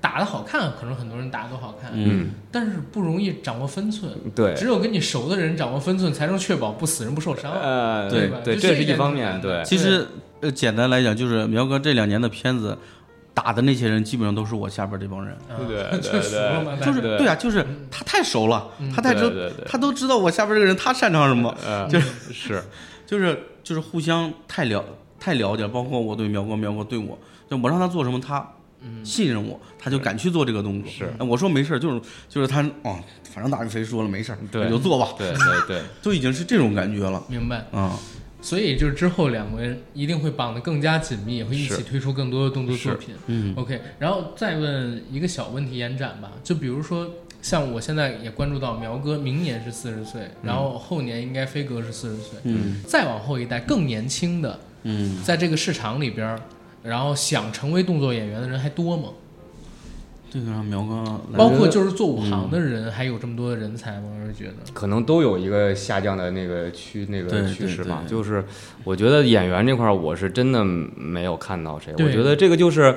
Speaker 1: 打的好看，可能很多人打得都好看，
Speaker 3: 嗯，
Speaker 1: 但是不容易掌握分寸。
Speaker 2: 对，
Speaker 1: 只有跟你熟的人掌握分寸，才能确保不死人不受伤。
Speaker 2: 呃，
Speaker 1: 对吧
Speaker 2: 对，
Speaker 1: 就
Speaker 2: 这
Speaker 1: 这
Speaker 2: 是
Speaker 1: 一
Speaker 2: 一
Speaker 1: 点
Speaker 2: 方
Speaker 1: 挺
Speaker 2: 面
Speaker 1: 难，的
Speaker 2: 对，
Speaker 3: 其实呃，简单来讲就是苗哥这两年的片子打的那些人，基本上都是我下边这帮人。
Speaker 1: 啊
Speaker 2: 对 对
Speaker 1: 就熟了嘛，
Speaker 2: 对
Speaker 1: 大家
Speaker 3: 就是
Speaker 2: 对
Speaker 3: 对啊，就是
Speaker 1: 嗯
Speaker 3: 他太熟了，他太知道
Speaker 2: 对对对
Speaker 3: 他都知道我下边这个人他擅长什么，
Speaker 2: 呃，就是是，
Speaker 3: 就是就是互相太了太了解，包括我对苗哥，苗哥对我，就我让他做什么，他信任我，他就敢去做这个动作。
Speaker 2: 是
Speaker 3: 哎，我说没事儿，就是就是他哦，反正大飞说了没事儿，
Speaker 2: 对
Speaker 3: 你就做吧，
Speaker 2: 对对对，
Speaker 3: 就已经是这种感觉了
Speaker 1: 明白。
Speaker 3: 啊。
Speaker 1: 所以就是之后两个人一定会绑得更加紧密，也会一起
Speaker 2: 是
Speaker 1: 推出更多的动作作
Speaker 2: 是
Speaker 1: 品。
Speaker 3: 嗯
Speaker 1: OK，然后再问一个小问题延展吧，就比如说，像我现在也关注到苗哥明年是四十岁，
Speaker 2: 嗯
Speaker 1: 然后后年应该飞哥是四十岁，
Speaker 3: 嗯
Speaker 1: 再往后一代更年轻的，
Speaker 3: 嗯，
Speaker 1: 在这个市场里边儿，然后想成为动作演员的人还多吗？
Speaker 3: 这个让苗哥来
Speaker 1: 包括就是做武行的人，还有这么多的人才吗？我是觉得，
Speaker 2: 可能都有一个下降的那个趋那个
Speaker 3: 对
Speaker 2: 趋势吧。
Speaker 3: 对对
Speaker 2: 就是我觉得演员这块，儿，我是真的没有看到谁。
Speaker 1: 对
Speaker 2: 我觉得这个就是，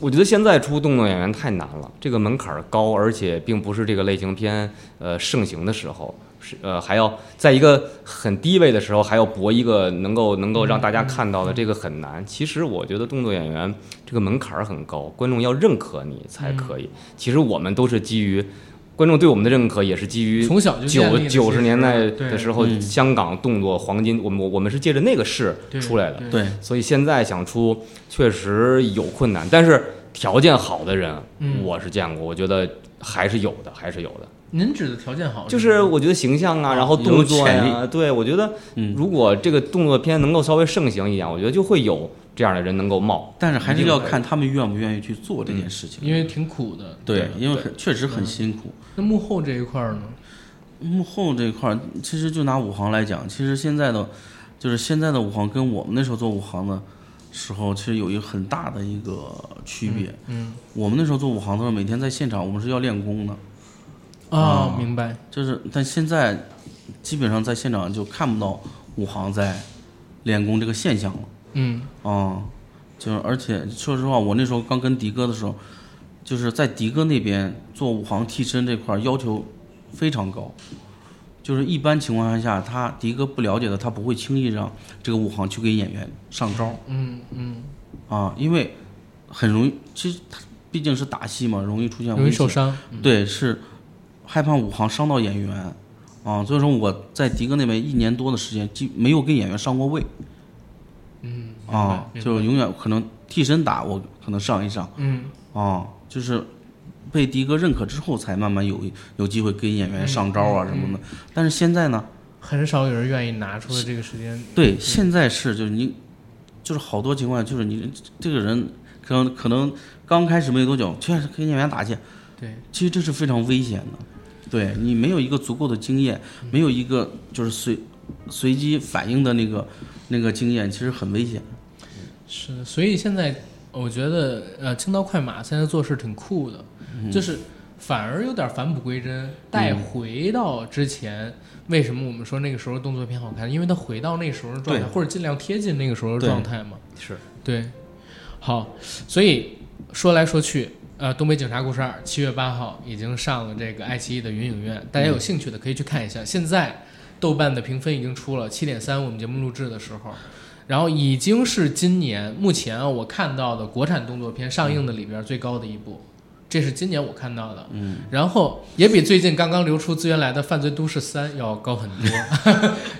Speaker 2: 我觉得现在出动作演员太难了，这个门槛儿高，而且并不是这个类型片呃盛行的时候。是呃，还要在一个很低位的时候，还要搏一个能够 能够让大家看到的，这个很难。其实我觉得动作演员这个门槛儿很高，观众要认可你才可
Speaker 3: 嗯
Speaker 2: 以。其实我们都是基于观众对我们的认可，也是基于
Speaker 1: 从小就建
Speaker 2: 九
Speaker 1: 立的
Speaker 2: 九十年代
Speaker 1: 对
Speaker 2: 的时候，
Speaker 3: 嗯
Speaker 2: 香港动作黄金，我们我我们是借着那个势
Speaker 1: 对
Speaker 2: 出来的，
Speaker 1: 对，
Speaker 3: 对
Speaker 2: 所以现在想出确实有困难，但是条件好的人，
Speaker 1: 嗯
Speaker 2: 我是见过，我觉得还是有的，还是有的。
Speaker 1: 您指的条件好，
Speaker 2: 就是我觉得形象啊，然后动作
Speaker 3: 有
Speaker 2: 呀、
Speaker 3: 潜
Speaker 2: 对我觉得
Speaker 3: 嗯
Speaker 2: 如果这个动作片能够稍微盛行一点，我觉得就会有这样的人能够冒。
Speaker 3: 但是还是要看他们愿不愿意去做这件事情。
Speaker 1: 因为挺苦的。
Speaker 3: 对，
Speaker 2: 对
Speaker 3: 因为很确实很辛苦。
Speaker 1: 那幕后这一块儿呢？
Speaker 3: 幕后这一块儿，其实就拿武行来讲，其实现在的就是现在的武行跟我们那时候做武行的时候，其实有一个很大的一个区别。
Speaker 1: 嗯
Speaker 3: 我们那时候做武行的时候，每天在现场我们是要练功的，
Speaker 1: 啊，明白。
Speaker 3: 就是但现在基本上在现场就看不到武行在练功这个现象了。
Speaker 1: 嗯
Speaker 3: 啊、就是而且说实话，我那时候刚跟迪哥的时候，就是在迪哥那边做武行替身这块儿要求非常高，就是一般情况下，他迪哥不了解的，他不会轻易让这个武行去给演员上招
Speaker 1: 嗯嗯，
Speaker 3: 啊，因为很容易，其实他毕竟是打戏嘛，容易出现
Speaker 1: 容易
Speaker 3: 危险
Speaker 1: 受伤。
Speaker 3: 对，是害怕武行伤到演员啊，所以说我在迪哥那边一年多的时间，基没有跟演员上过位
Speaker 1: 嗯
Speaker 3: 啊，
Speaker 1: 明白
Speaker 3: 就是永远可能替身打我可能上一上
Speaker 1: 嗯
Speaker 3: 啊，就是被迪哥认可之后，才慢慢有有机会跟演员上招啊
Speaker 1: 嗯
Speaker 3: 什么的。但是现在呢，
Speaker 1: 很少有人愿意拿出来这个时间。
Speaker 3: 对，现在是就是你，就是好多情况下就是你这个人可能可能刚开始没多久，确实跟演员打去，
Speaker 1: 对，
Speaker 3: 其实这是非常危险的，对你没有一个足够的经验，没有一个就是随随机反应的那个那个经验，其实很危险。
Speaker 1: 是的，所以现在我觉得，呃，青刀快马现在做事挺酷的，
Speaker 3: 嗯
Speaker 1: 就是反而有点返璞归真，带回到之前。为什么我们说那个时候动作片好看？因为它回到那时候的状态，
Speaker 3: 对
Speaker 1: 或者尽量贴近那个时候的
Speaker 3: 对
Speaker 1: 状态嘛。
Speaker 2: 是
Speaker 1: 对，好，所以说来说去，呃，《东北警察故事二》七月八号已经上了这个爱奇艺的云影院，大家有兴趣的可以去看一下。现在豆瓣的评分已经出了七点三，我们节目录制的时候。然后已经是今年目前啊我看到的国产动作片上映的里边最高的一部，这是今年我看到的。嗯，然后也比最近刚刚流出资源来的《犯罪都市三》要高很 多。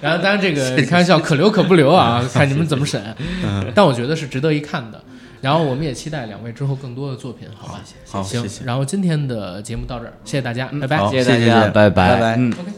Speaker 1: 然后当然这个开玩笑，可留可不留啊， 看你们怎么审。
Speaker 3: 嗯
Speaker 1: 但我觉得是值得一看的。然后我们也期待两位之后更多的作品，好吧？
Speaker 3: 好谢谢嗯
Speaker 1: 行。然后今天的节目到这儿，谢谢大家，拜拜。
Speaker 3: 好
Speaker 2: 谢大
Speaker 3: 谢谢
Speaker 2: 家，
Speaker 3: 谢
Speaker 2: 拜
Speaker 3: 拜拜
Speaker 2: 嗯。
Speaker 1: OK。